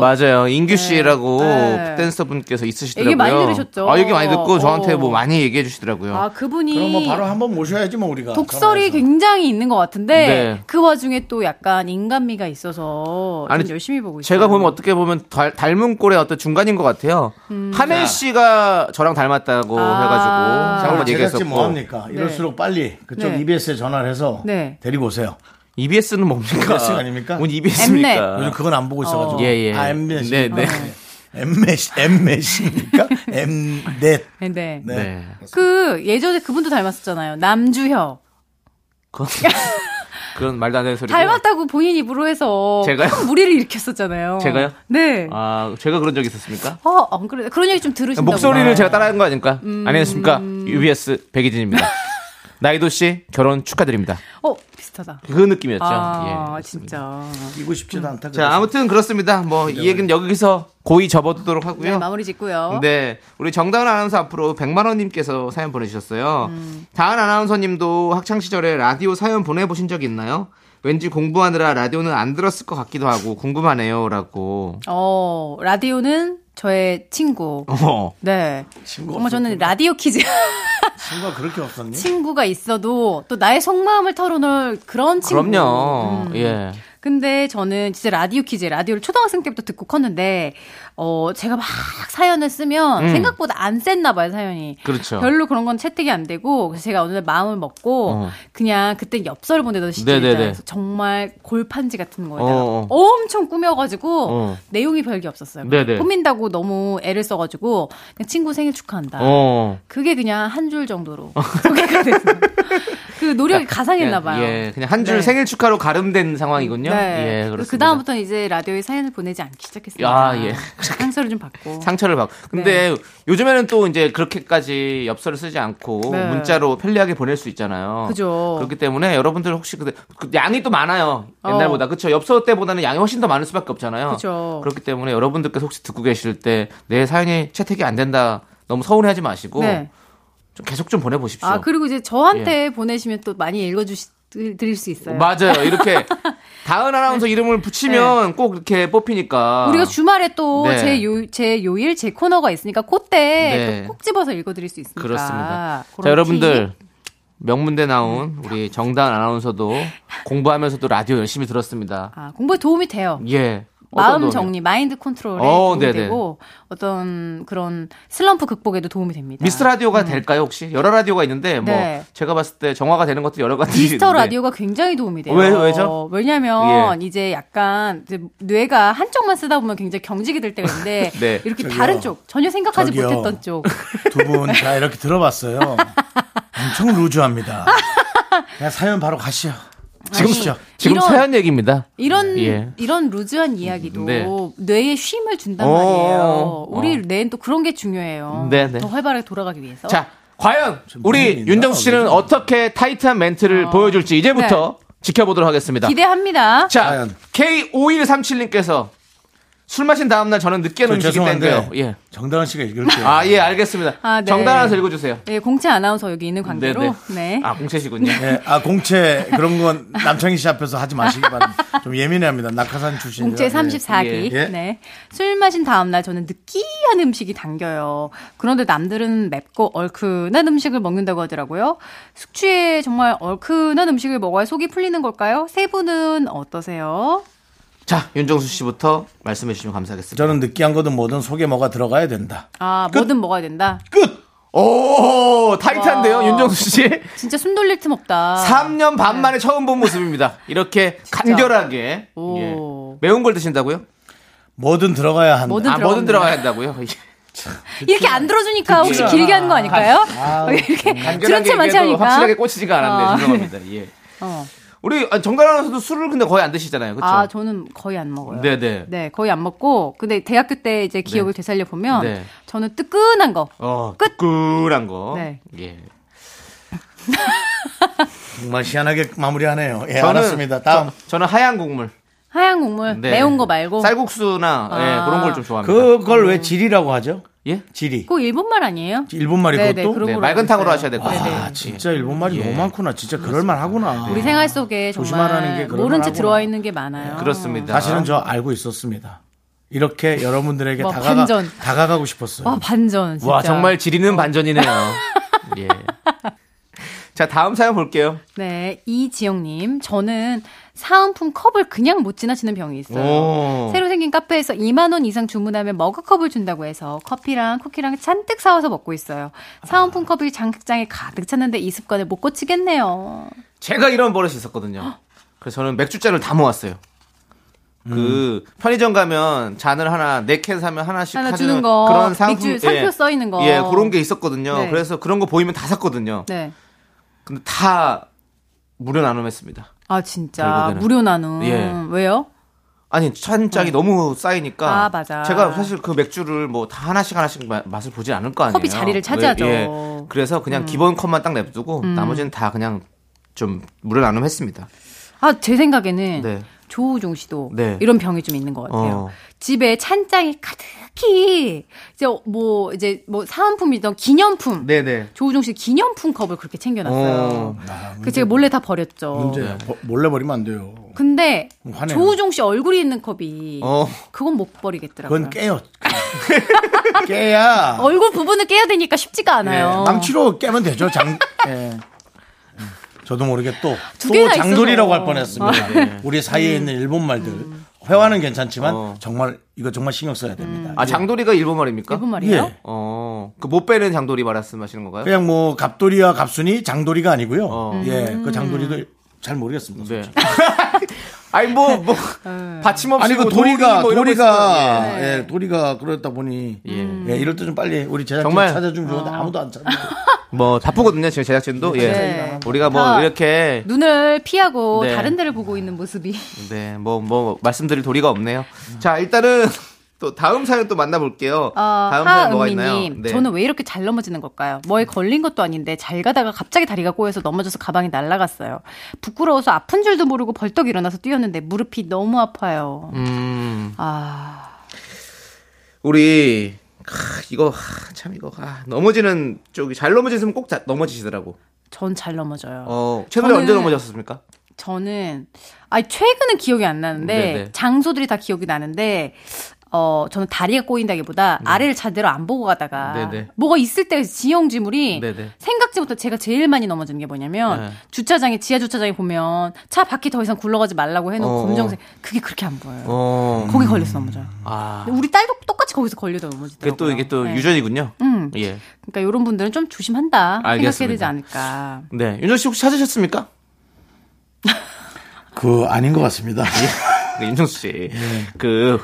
B: 맞아요. 인규 씨라고
F: 어. 네.
B: 댄서 분께서 있으시더라고요.
F: 얘기 많이 들으셨죠?
B: 아, 얘기 많이 듣고 저한테
F: 어.
B: 뭐 많이 얘기해 주시더라고요.
F: 아 그분이
A: 그럼 뭐 바로 한번 모셔야지 뭐 우리가
F: 독설이 굉장히 있는 것 같은데
B: 네.
F: 그 와중에 또 약간 인간미가 있어서 좀
B: 아니,
F: 열심히 보고 있어요.
B: 제가 보면 어떻게 보면 달- 닮은 꼴의 어떤 중간인 것 같아요. 하늘 씨가 저랑 닮았다고
F: 음. 아.
B: 해가지고 한번
A: 제작진
B: 얘기했었고
A: 뭐 합니까? 이럴수록 빨리 그쪽
F: 네.
A: EBS에 전화를 해서
F: 네.
A: 데리고 오세요.
B: EBS는 E 뭡니까?
A: EBS 가 E 아닙니까?
B: 뭔 E EBS입니까?
A: 요즘 그건 안 보고 있어가지고.
B: 예, 예.
A: 아 엠넷.
B: 네, 네.
A: 엠넷 엠넷입니까? 엠넷.
F: 네,
A: 네.
F: 네.
B: 네.
F: 그 예전에 그분도 닮았었잖아요. 남주혁
B: 그건- 그런 말도 안 되는 소리.
F: 닮았다고 본인 입으로 해서
B: 제가요?
F: 큰 무리를 일으켰었잖아요.
B: 제가요?
F: 네.
B: 아, 제가 그런 적 있었습니까?
F: 어, 안 그래. 그런 얘기 좀 들으신다고.
B: 목소리를 제가 따라한 거 아닙니까?
F: 음.
B: 안녕하십니까? UBS 백이진입니다. 나이도 씨 결혼 축하드립니다.
F: 어, 비슷하다.
B: 그 느낌이었죠.
F: 아,
B: 예.
F: 진짜.
A: 이고 싶지도 않다.
B: 자, 아무튼 그렇습니다. 뭐 이 얘기는 여기서 고이 접어두도록
F: 네,
B: 하고요.
F: 마무리 짓고요.
B: 네, 우리 정다은 아나운서 앞으로 100만원님께서 사연 보내주셨어요.
F: 음.
B: 다은 아나운서님도 학창시절에 라디오 사연 보내보신 적 있나요? 왠지 공부하느라 라디오는 안 들었을 것 같기도 하고 궁금하네요. 라고.
F: 어, 라디오는 저의 친구.
B: 어.
F: 네.
A: 친구
F: 정말 저는 라디오 키즈
A: 친구가 그렇게 없었니?
F: 친구가 있어도 또 나의 속마음을 털어놓을 그런 친구. 음.
B: 그럼요. 예.
F: 근데 저는 진짜 라디오 퀴즈, 라디오를 초등학생 때부터 듣고 컸는데, 어, 제가 막 사연을 쓰면
B: 음.
F: 생각보다 안 쎘나 봐요, 사연이.
B: 그렇죠.
F: 별로 그런 건 채택이 안 되고, 그래서 제가 어느 날 마음을 먹고,
B: 어.
F: 그냥 그때 엽서를 보내던 시절이잖아요.
B: 네네네.
F: 그래서 정말 골판지 같은 거에다가
B: 어, 어.
F: 엄청 꾸며가지고,
B: 어.
F: 내용이 별게 없었어요.
B: 네네.
F: 꾸민다고 너무 애를 써가지고, 그냥 친구 생일 축하한다.
B: 어.
F: 그게 그냥 한 줄 정도로 소개가 됐어요. 그 노력이 가상했나 봐요.
B: 예. 그냥 한 줄
F: 네.
B: 생일 축하로 가름된 상황이군요. 예, 그렇습니다.
F: 그 다음부터는 이제 라디오에 사연을 보내지 않기 시작했습니다.
B: 아, 예.
F: 상처를 좀 받고.
B: 상처를 받고.
F: 네.
B: 근데 요즘에는 또 이제 그렇게까지 엽서를 쓰지 않고
F: 네.
B: 문자로 편리하게 보낼 수 있잖아요.
F: 그죠.
B: 그렇기 때문에 여러분들 혹시 근데 그 양이 또 많아요. 옛날보다. 그렇죠. 엽서 때보다는 양이 훨씬 더 많을 수밖에 없잖아요.
F: 어. 그죠.
B: 렇기 때문에 여러분들께서 혹시 듣고 계실 때 내 사연이 채택이 안 된다. 너무 서운해하지 마시고
F: 네.
B: 좀 계속 좀 보내보십시오. 예.
F: 아 그리고 이제 저한테 보내시면 또 많이 읽어주시 드릴 수 있어요. 네.
B: 맞아요. 이렇게 다은 아나운서 이름을 붙이면 꼭 이렇게 뽑히니까
F: 우리가 주말에 또
B: 네.
F: 제 요, 제 요일, 제 코너가 있으니까, 그때
B: 네.
F: 또꼭 집어서 읽어드릴 수 있으니까.
B: 그렇습니다.
F: 그런
B: 자, 여러분들 명문대 나온 우리 정다은 아나운서도 공부하면서도 라디오 열심히 들었습니다.
F: 아, 공부에 도움이 돼요.
B: 예. 어떤
F: 마음
B: 도움이요?
F: 정리, 마인드 컨트롤에
B: 어,
F: 도움이
B: 네네.
F: 되고, 어떤 그런 슬럼프 극복에도 도움이 됩니다.
B: 미스터 라디오가 될까요 혹시? 여러 라디오가 있는데 뭐
F: 음. 네.
B: 제가 봤을 때 정화가 되는 것도 여러 가지
F: 디지털
B: 있는데.
F: 라디오가 굉장히 도움이 돼요.
B: 네. 왜- 왜죠? 예.
F: 왜냐면 이제 약간 이제 뇌가 한쪽만 쓰다 보면 굉장히 경직이 될 때가 있는데
B: 네.
F: 이렇게
A: 저기요.
F: 다른 쪽 전혀 생각하지
A: 저기요.
F: 못했던 쪽.
A: 두 분 다 이렇게 들어봤어요. 엄청 루즈합니다. 그냥 사연 바로 가시죠. 지금 시죠.
B: 지금
F: 이런-
B: 사연 얘기입니다.
F: 이런
B: 예.
F: 이런 루즈한 이야기도
B: 네.
F: 뇌에 쉼을 준단
B: 어,
F: 말이에요. 우리
B: 어.
F: 뇌는 또 그런 게 중요해요.
B: 네, 네.
F: 더 활발하게 돌아가기 위해서.
B: 자, 과연 우리
A: 어? 무슨 일인가?
B: 윤정수 씨는
A: 어디죠?
B: 어떻게 타이트한 멘트를 보여줄지 이제부터 지켜보도록 하겠습니다.
F: 어. 네. 기대합니다.
B: 자,
A: 과연.
B: K5137님께서 술 마신 다음날 저는 늦게는
A: 저
B: 음식이 땡겨요.
A: 그 죄송한데
B: 예.
A: 정다은 씨가 읽을게요.
B: 아, 예, 알겠습니다.
F: 아, 네.
B: 정단아서 읽어주세요.
F: 예, 공채 아나운서 여기 있는 관계로.
B: 네,
F: 네.
B: 아, 공채시군요.
A: 예, 아 공채 그런 건 남창희 씨 앞에서 하지 마시기 바랍니다. 좀 예민합니다. 낙하산 출신.
F: 공채 34기.
B: 예.
A: 예.
F: 네. 술 마신 다음날 저는 느끼한 음식이 당겨요. 그런데 남들은 맵고 얼큰한 음식을 먹는다고 하더라고요. 숙취에 정말 얼큰한 음식을 먹어야 속이 풀리는 걸까요? 세 분은 어떠세요?
B: 자, 윤정수 씨부터 말씀해 주시면 감사하겠습니다.
A: 저는 느끼한 거든 뭐든 속에 뭐가 들어가야 된다.
F: 아, 뭐든 먹어야 된다.
B: 오, 타이트한데요,
F: 와. 아.
B: 윤정수 씨.
F: 진짜 숨 돌릴 틈 없다.
B: 3년 반 만에 처음 본 모습입니다. 이렇게 간결하게.
F: 네.
B: 예.
F: 오.
B: 매운 걸 드신다고요?
A: 뭐든 들어가야 한다.
F: 뭐든
B: 아, 뭐든 들어가야
F: 들어갑니다.
B: 한다고요?
F: 이렇게 안 들어주니까 혹시
B: 듣기만
F: 길게 하는 거 아닐까요? 어, 이렇게 들은 채 네. 많지
B: 얘기해도
F: 않으니까.
B: 확실하게 꽂히지가 않았네요.
F: 아.
B: 죄송합니다. 예.
F: 어.
B: 우리 아, 정가라에서도 술을 근데 거의 안 드시잖아요. 그렇죠?
F: 아, 저는 거의 안 먹어요.
B: 네네.
F: 네, 거의 안 먹고. 근데 대학교 때 이제 기억을 되살려 보면
B: 네.
F: 저는 뜨끈한 거.
B: 어,
F: 끝.
B: 뜨끈한 거.
F: 네.
B: 예.
A: 정말 희한하게 마무리하네요. 예,
B: 저는-
A: 알았습니다. 다음.
B: 저, 는 하얀 국물.
F: 하얀 국물,
B: 네.
F: 매운 거 말고.
B: 쌀국수나
F: 아.
B: 예, 그런 걸 좀 좋아합니다.
A: 그걸
F: 음.
A: 왜 질이라고 하죠?
B: 예?
A: 질이.
F: 그 일본 말 아니에요?
A: 일본 말이
F: 네, 네,
A: 그것도?
F: 그런
B: 네,
F: 걸로
B: 맑은
F: 알고
B: 탕으로
F: 있어요.
B: 하셔야 될 것
F: 네네. 네.
B: 같아요.
A: 아, 진짜 일본 말이
B: 예.
A: 너무 많구나. 진짜 그럴 만하구나.
F: 우리 생활
B: 아,
F: 속에
A: 조심하라는 게
F: 정말
A: 그런
F: 모른 채
A: 거라구나.
F: 들어와 있는 게 많아요.
B: 네, 그렇습니다.
A: 사실은 저 알고 있었습니다. 이렇게 여러분들에게
F: 와,
A: 다가가,
F: 뭐 반전. 뭐
A: 다가가고 싶었어요.
F: 와, 반전. 진짜.
B: 와, 정말 지리는 반전이네요. 예. 자, 다음 사연 볼게요.
F: 네, 이지영님, 저는 사은품 컵을 그냥 못 지나치는 병이 있어요.
B: 오.
F: 새로 생긴 카페에서 2만 원 이상 주문하면 머그컵을 준다고 해서 커피랑 쿠키랑 잔뜩 사와서 먹고 있어요. 사은품
B: 아.
F: 컵이 장식장에 가득 찼는데 이 습관을 못 고치겠네요.
B: 제가 이런 버릇이 있었거든요. 그래서 저는 맥주잔을 다 모았어요. 그 편의점 가면 잔을 하나 네 캔 사면 하나씩
F: 하나
B: 하는
F: 주는 거.
B: 그런 상품
F: 맥주 상표 써 있는 거.
B: 예 그런 게 있었거든요.
F: 네.
B: 그래서 그런 거 보이면 다 샀거든요.
F: 네.
B: 근데 다 무료 나눔했습니다.
F: 아 진짜
B: 결국에는.
F: 무료 나눔.
B: 예.
F: 왜요?
B: 아니 찬장이 너무 쌓이니까
F: 네. 아, 맞아.
B: 제가 사실 그 맥주를 뭐 다 하나씩 하나씩 마- 맛을 보지 않을 거 아니에요.
F: 컵이 자리를 차지하죠. 음.
B: 왜- 예. 그래서 그냥 기본 컵만 딱 냅두고 나머지는 다 그냥 좀 무료 나눔했습니다.
F: 아 제 생각에는
B: 네.
F: 조우종 씨도
B: 네.
F: 이런 병이 좀 있는 것
B: 어.
F: 같아요. 집에 찬장이 가득히 이제 뭐 이제 뭐 사은품이던 기념품.
B: 네네.
F: 조우종 씨 기념품 컵을 그렇게 챙겨놨어요.
A: 아,
F: 그 제가 몰래 다 버렸죠.
A: 문제야. 버- 몰래 버리면 안 돼요.
F: 근데
A: 화내요.
F: 조우종 씨 얼굴이 있는 컵이
B: 어.
F: 그건 못 버리겠더라고요.
A: 그건 깨요. 깨야.
F: 얼굴 부분을 깨야 되니까 쉽지가
A: 예,
F: 않아요.
A: 망치로 깨면 되죠. 장. 예. 저도 모르게 또,
F: 두
A: 또
F: 개나
A: 장돌이라고
F: 있어서.
A: 할 뻔했습니다. 네. 우리 사이에 있는 일본 말들 회화는 괜찮지만
B: 어. 정말
A: 정말 이거 정말 신경 써야 됩니다.
B: 아 장돌이가 일본 말입니까?
F: 일본 말이에요?
A: 예.
B: 어. 그 못 빼는 장돌이 말씀하시는 건가요?
A: 그냥 뭐 갑돌이와 갑순이 장돌이가 아니고요.
B: 어.
A: 예, 그 장돌이도 잘 모르겠습니다.
B: 네. 아니 뭐 뭐
F: 네.
B: 받침 없이
A: 아니 그
B: 뭐
A: 도리가
B: 돌이 뭐 이런 거 있으면,
A: 도리가
B: 예.
A: 예, 도리가 그러다 보니 예, 이럴 때 좀 빨리 우리 제작진
B: 정말.
A: 찾아주면 좋은데 아무도 안 찾아.
B: 뭐 바쁘거든요 지금 제작진도 예.
F: 네.
B: 우리가 뭐
F: 다
B: 이렇게
F: 눈을 피하고
B: 네.
F: 다른 데를 보고 있는 모습이
B: 네, 뭐, 뭐, 말씀드릴 도리가 없네요. 자, 일단은 또 다음 사연 또 만나볼게요.
F: 아,
B: 다음 사연 뭐가 있나요? 네.
F: 하은미님, 저는 왜 이렇게 잘 넘어지는 걸까요? 뭐에 걸린 것도 아닌데 잘 가다가 갑자기 다리가 꼬여서 넘어져서 가방이 날아갔어요. 부끄러워서 아픈 줄도 모르고 벌떡 일어나서 뛰었는데 무릎이 너무 아파요.
B: 음,
F: 아,
B: 우리, 아, 이거, 아, 참 이거, 아, 넘어지는 쪽이 잘 넘어지시면 꼭 자- 넘어지시더라고.
F: 전 잘 넘어져요.
B: 어, 최근에
F: 저는-
B: 언제 넘어졌습니까?
F: 저는 아 최근은 기억이 안 나는데
B: 네네.
F: 장소들이 다 기억이 나는데 어 저는 다리가 꼬인다기보다 아래를 제대로 안 보고 가다가
B: 네. 네네.
F: 뭐가 있을 때 지형지물이
B: 네네.
F: 생각지 못한 제가 제일 많이 넘어지는 게 뭐냐면
B: 네.
F: 주차장에 지하 주차장에 보면 차 바퀴 더 이상 굴러가지 말라고 해놓은
B: 어,
F: 검정색 그게 그렇게 안 보여요.
B: 어,
F: 거기 걸려서 넘어져요.
B: 아,
F: 근데 우리 딸도 똑같이 거기서 걸려서 넘어지더라고요.
B: 이게 또, 이게 또
F: 네.
B: 유전이군요.
F: 음.
B: 예.
F: 그러니까 이런 분들은 좀 조심한다 생각해야
B: 알겠습니다.
F: 되지 않을까.
B: 네, 윤정 씨 혹시 찾으셨습니까?
A: 그 아닌 것 같습니다.
B: 네, 윤정수 씨. 그,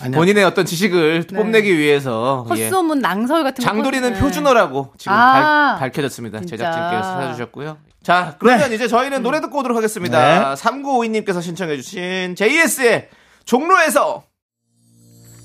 A: 아니요.
B: 본인의 어떤 지식을
F: 네.
B: 뽐내기 위해서. 예.
F: 헛소문 낭설 같은 거 네.
B: 장돌이는
F: 꽂는-
B: 표준어라고 지금
F: 아.
B: 밝- 밝혀졌습니다.
F: 진짜.
B: 제작진께서 찾아주셨고요. 자, 그러면
A: 네.
B: 이제 저희는 노래 듣고 오도록 하겠습니다. 3952님께서 신청해주신 JS의 종로에서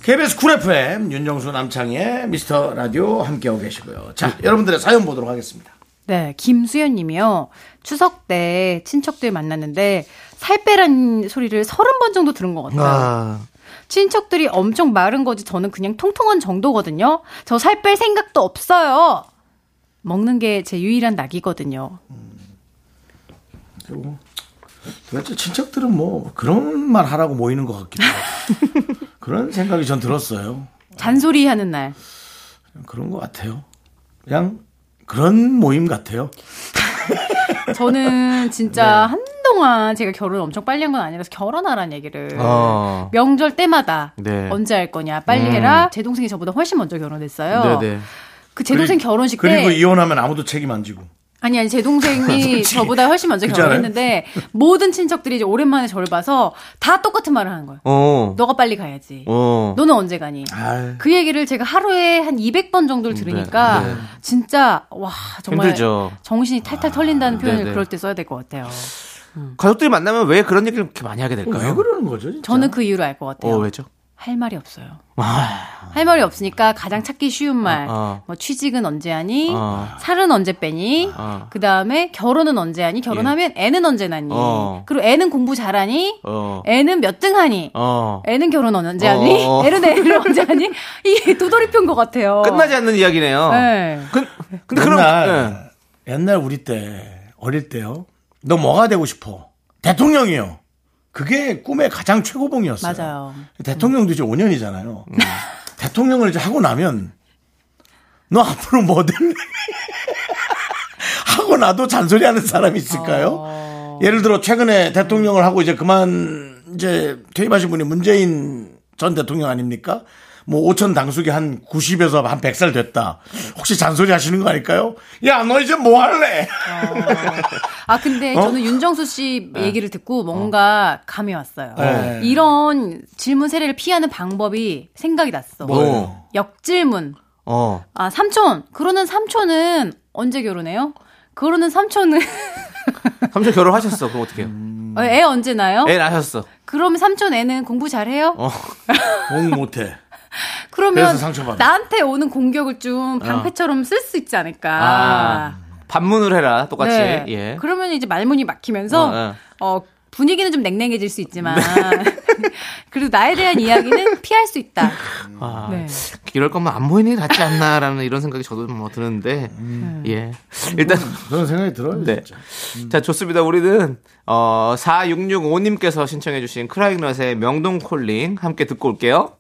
A: KBS 쿨
B: 네.
A: FM 윤정수 남창의 미스터 라디오 함께하고 계시고요. 자, 여러분들의 사연 보도록 하겠습니다.
F: 네, 김수연 님이요. 추석 때 친척들 만났는데 살 빼란 소리를 서른 번 정도 들은 것 같아요.
B: 아,
F: 친척들이 엄청 마른 거지 저는 그냥 통통한 정도거든요. 저 살 뺄 생각도 없어요. 먹는 게 제 유일한 낙이거든요.
A: 그리고 도대체 친척들은 뭐 그런 말 하라고 모이는 것 같기도 하고 그런 생각이 전 들었어요.
F: 잔소리 하는 날.
A: 그런 것 같아요. 그냥 그런 모임 같아요.
F: 저는 진짜 한동안 제가 결혼 엄청 빨리 한 건 아니라서 결혼하라는 얘기를
B: 어.
F: 명절 때마다
B: 네.
F: 언제 할 거냐 빨리 해라. 제 동생이 저보다 훨씬 먼저 결혼했어요.
B: 네네.
F: 그 제 동생 결혼식 때
A: 그리고 이혼하면 아무도 책임 안 지고.
F: 아니 아니 제 동생이 저보다 훨씬 먼저
A: 그렇지 않아요?
F: 결혼했는데 모든 친척들이 이제 오랜만에 저를 봐서 다 똑같은 말을 하는 거예요.
B: 어.
F: 너가 빨리 가야지.
B: 어.
F: 너는 언제 가니?
A: 아유.
F: 그 얘기를 제가 하루에 한 200번 정도를 들으니까
B: 네.
F: 진짜 와 정말
B: 힘들죠. 아,
F: 정신이 탈탈 털린다는 표현을
B: 네네.
F: 그럴 때 써야 될 것 같아요.
B: 가족들이 만나면 왜 그런 얘기를 그렇게 많이 하게 될까요?
A: 어, 왜 그러는 거죠? 진짜?
F: 저는 그 이유를 알 것 같아요.
B: 어, 왜죠?
F: 할 말이 없어요.
B: 아,
F: 할 말이 없으니까 가장 찾기 쉬운 말.
B: 어, 어.
F: 뭐 취직은 언제 하니?
B: 어.
F: 살은 언제 빼니?
B: 어. 예.
F: 그 다음에 결혼은 언제 하니? 결혼하면 애는 언제 낳니?
B: 어.
F: 그리고 애는 공부 잘하니?
B: 어.
F: 애는 몇 등 하니?
B: 어.
F: 애는 결혼 언제 하니?
B: 어.
F: 애는 애를 언제 하니? 이게 도돌이표인 것 같아요.
B: 끝나지 않는 이야기네요.
F: 어. 네.
B: 근, 근데 그럼 예.
A: 옛날 옛날 우리 때 어릴 때요. 너 뭐가 되고 싶어? 대통령이요. 그게 꿈의 가장 최고봉이었어요.
F: 맞아요.
A: 대통령도 이제 5년이잖아요. 대통령을 이제 하고 나면 너 앞으로 뭐 될래? 하고 나도 잔소리하는 사람이 있을까요? 예를 들어 최근에 대통령을 하고 이제 그만 이제 퇴임하신 분이 문재인 전 대통령 아닙니까? 뭐 5천 당숙이 한 90에서 한 100살 됐다. 혹시 잔소리 하시는 거 아닐까요? 야 너 이제 뭐 할래?
F: 아 근데
A: 어?
F: 저는 윤정수 씨
B: 네.
F: 얘기를
B: 어.
F: 듣고 뭔가 감이 왔어요.
A: 네.
F: 이런 질문 세례를 피하는 방법이 생각이 났어.
A: 뭐예요?
F: 역질문.
B: 어.
F: 아 삼촌. 그러는 삼촌은 언제 결혼해요? 그러는 삼촌은
B: 삼촌 결혼하셨어. 그럼 어떻게 해요?
F: 어, 애 언제 낳아요?
B: 음. 애 낳으셨어.
F: 그러면 삼촌 애는 공부 잘해요?
B: 어.
A: 공 못해.
F: 그러면
A: 그래서 상처받아.
F: 나한테 오는 공격을 좀 방패처럼 쓸 수 있지 않을까.
B: 어. 아. 반문을 해라. 똑같이.
F: 네.
B: 예.
F: 그러면 이제 말문이 막히면서
B: 어, 네. 예.
F: 어, 분위기는 좀 냉랭해질 수 있지만 그리고 나에 대한 이야기는 피할 수 있다.
B: 아,
F: 네.
B: 이럴 거면 안 보이는 게 낫지 않나라는 이런 생각이 저도 뭐 드는데.
F: 음.
B: 예. 일단
A: 그런 생각이 들어요.
B: 네.
A: 진짜.
B: 자, 좋습니다. 우리는 어 4665님께서 신청해 주신 크라잉넛의 명동 콜링 함께 듣고 올게요.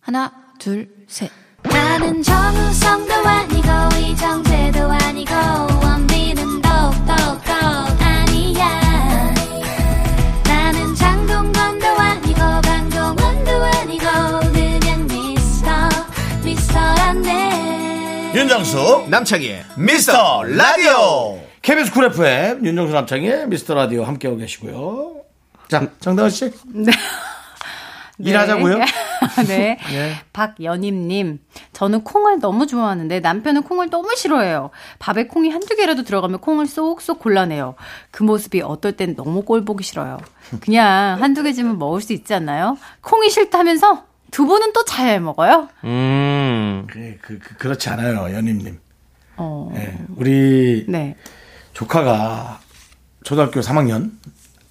F: 하나, 둘, 셋.
D: 나는 정우성도 아니고 이정재도 아니고 원빈은 더욱더 아니야 나는 장동건도 아니고 강동원도 아니고 그냥 미스터 미스터란데
A: 윤정수 남창희의 미스터 라디오 KBS 쿨 FM 윤정수 남창희의 미스터 라디오 함께하고 계시고요 자 정다은 씨 일하자고요?
F: 네. 박연임님, 저는 콩을 너무 좋아하는데 남편은 콩을 너무 싫어해요. 밥에 콩이 한두 개라도 들어가면 콩을 쏙쏙 골라내요. 그 모습이 어떨 땐 너무 꼴보기 싫어요. 그냥 한두 개쯤은 먹을 수 있지 않나요? 콩이 싫다면서 두부는 또 잘 먹어요?
B: 음.
A: 그, 그, 그, 그렇지 않아요 연임님
F: 어,
A: 예, 우리
F: 네.
A: 조카가 초등학교 3학년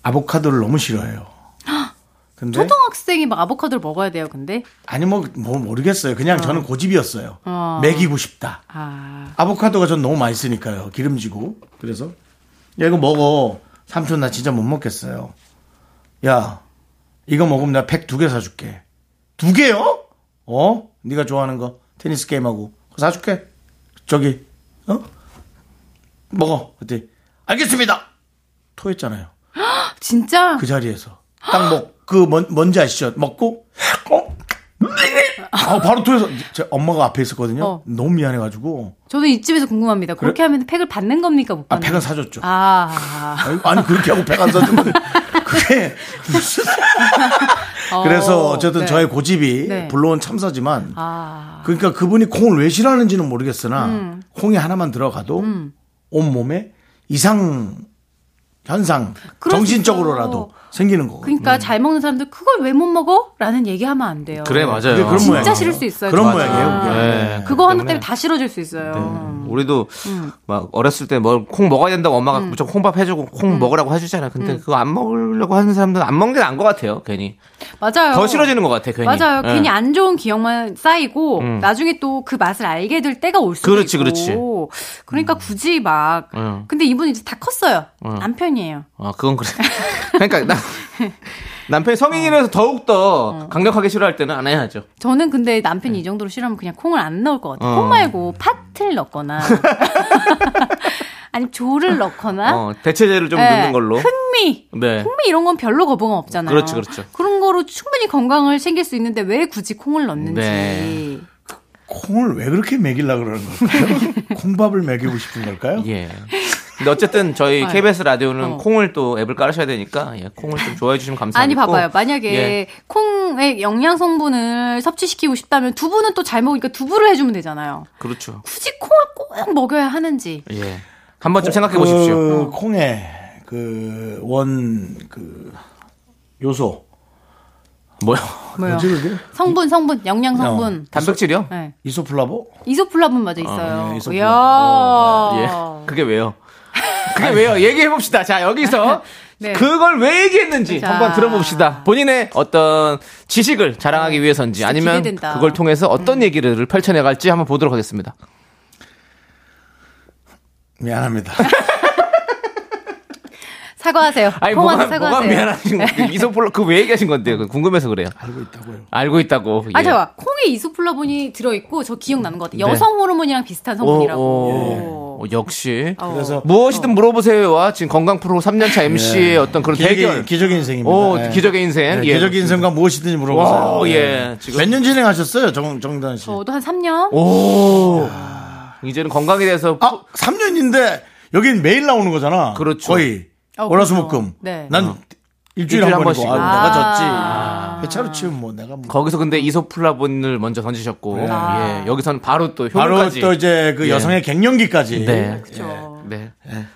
A: 아보카도를 너무 싫어해요 근데
F: 초등학생이 막 아보카도를 먹어야 돼요, 근데?
A: 아니 뭐, 뭐 모르겠어요 그냥 저는 고집이었어요
F: 어.
A: 먹이고 싶다
F: 아,
A: 아보카도가 전 너무 맛있으니까요. 기름지고. 그래서 야 이거 먹어. 삼촌 나 진짜 못 먹겠어요. 야 이거 먹으면 내가 팩 두 개 사줄게. 두 개요? 어? 네가 좋아하는 거 테니스 게임하고 그거 사줄게. 저기 어? 먹어. 그때 알겠습니다. 토했잖아요.
F: 진짜?
A: 그 자리에서 딱 먹. 그 뭔, 뭔지 아시죠? 먹고 어? 아, 바로 토해서 제 엄마가 앞에 있었거든요.
F: 어.
A: 너무 미안해가지고
F: 저도 이쯤에서 궁금합니다. 그렇게 하면 팩을 받는 겁니까, 못
A: 아
F: 받는
A: 팩은 사줬죠.
F: 아,
A: 아니, 아니, 그렇게 하고 배가 안 써주면 그게 무슨 그래서 어쨌든
F: 네.
A: 저의 고집이
F: 네.
A: 불러온 참사지만
F: 아,
A: 그러니까 그분이 콩을 왜 싫어하는지는
F: 음.
A: 모르겠으나 콩이 하나만 들어가도 온 몸에 이상 현상
F: 그럴 수
A: 정신적으로라도
F: 있어요.
A: 생기는 거고.
F: 그러니까 잘 먹는 사람들 그걸 왜 못 먹어? 라는 얘기하면 안 돼요.
B: 음. 그래 맞아요.
A: 그게 그런
F: 그러니까 진짜
A: 모양이에요.
F: 싫을 수 있어요,
A: 그런
F: 진짜.
A: 모양이에요. 그게.
B: 네.
F: 그거 하나
B: 때문에. 네.
F: 때문에 다 싫어질 수 있어요.
B: 우리도
F: 음.
B: 막 어렸을 때 뭘 콩 먹어야 된다고 엄마가 무조건 콩밥 해주고 콩
F: 음.
B: 먹으라고 해주잖아. 근데 그거 안 먹으려고 하는 사람들은 안 먹는 게 나은 것 같아요. 괜히
F: 맞아요.
B: 더 싫어지는 것 같아. 괜히
F: 맞아요.
B: 예.
F: 괜히 안 좋은 기억만 쌓이고 나중에 또 그 맛을 알게 될 때가 올 수도
B: 그렇지,
F: 있고.
B: 그렇지.
F: 그러니까 굳이 막.
B: 음.
F: 근데 이분 이제 다 컸어요. 남편이에요.
B: 아, 그건 그래. 그러니까 나, 남편이
F: 어.
B: 성인이라서 더욱 더 강력하게 싫어할 때는 안 해야죠.
F: 저는 근데 남편이 이 정도로 싫어하면 그냥 콩을 안 넣을 것 같아요.
B: 네. 어.
F: 콩 말고 팥을 넣거나 아니면 조를 넣거나
B: 어, 대체제를 좀
F: 네,
B: 넣는 걸로.
F: 흑미.
B: 네.
F: 콩미 이런 건 별로 거부감 없잖아요.
B: 그렇죠, 그렇죠.
F: 런 거로 충분히 건강을 챙길 수 있는데 왜 굳이 콩을 넣는지.
B: 네.
A: 콩을 왜 그렇게 먹이려 그러는 걸까요? 콩밥을 먹이고 싶은 걸까요?
B: 예. 근데 어쨌든 저희
F: 아유.
B: KBS 라디오는
F: 어.
B: 콩을 또 앱을 깔으셔야 되니까 예, 콩을 좀 좋아해 주시면 감사하겠고.
F: 아니 봐봐요. 만약에
B: 예.
F: 콩의 영양 성분을 섭취시키고 싶다면 두부는 또 잘 먹으니까 두부를 해주면 되잖아요.
B: 그렇죠.
F: 굳이 콩을 꼭 먹여야 하는지.
B: 예. 한
F: 어,
B: 번쯤 생각해 보십시오.
A: 그 콩의 그 원 그 요소
B: 뭐요?
A: 아,
F: 뭐요?
A: 뭐지 그게?
F: 성분, 성분,
A: 어.
F: 영양 성분.
B: 단백질이요?
F: 네.
A: 이소플라보?
F: 이소플라본 맞아 있어요.
A: 예, 이소플라본.
B: 네,
F: 이야. 어.
B: 예. 그게 왜요? 그게 왜요? 얘기해 봅시다. 자, 여기서
F: 네.
B: 그걸 왜 얘기했는지
F: 자.
B: 한번 들어봅시다. 본인의 어떤 지식을 자랑하기 위해서인지 아니면
F: 어, 기대된다. 음.
B: 그걸 통해서 어떤 얘기를 펼쳐내 갈지 한번 보도록 하겠습니다.
A: 미안합니다.
B: 어,
F: 사과하세요.
B: 아니 뭐가,
F: 콩한테
B: 뭐가
F: 사과하세요. 네.
B: 미안하신 거 이소폴라 그왜 얘기하신 건데요? 그거 궁금해서 그래요.
A: 알고 있다고요.
B: 알고 있다고.
F: 아,
B: 예.
F: 잠깐 콩에 이소플라본이 들어있고 저 기억나는 것 같아요.
B: 네.
F: 여성 호르몬이랑 비슷한 성분이라고.
A: 예.
B: 오, 오, 역시
F: 어.
A: 그래서
B: 무엇이든 물어보세요와 지금 건강 프로 3년차 MC의 어떤 그런
A: 예. 기적의,
B: 대결.
A: 기적의 인생입니다.
B: 오,
A: 예.
B: 어, 기적의 인생.
A: 네,
B: 예.
A: 기적의 인생과 무엇이든지 물어보세요.
B: 오, 예. 지금-
A: 몇년 진행하셨어요, 정, 정단 씨?
F: 저도 한 3년?
A: 어?
B: 오. 이제는 건강에 대해서
A: 아, 3년인데 여긴 매일 나오는 거잖아.
B: 그렇죠. 어.
A: 거의
F: 어,
A: 월화수목금.
F: 그렇죠. 네.
A: 난 일주일에
B: 일주일에
A: 한
B: 한
A: 번이고. 아,
B: 번씩.
A: 내가 졌지. 회차로 치면 뭐 내가 뭐.
B: 거기서 근데 이소플라본을 먼저 던지셨고 예. 여기서는 바로 또
A: 네. 아. 바로
B: 효과까지.
A: 또 이제 그
B: 예.
A: 여성의 갱년기까지.
B: 네.
F: 그렇죠.
B: 네.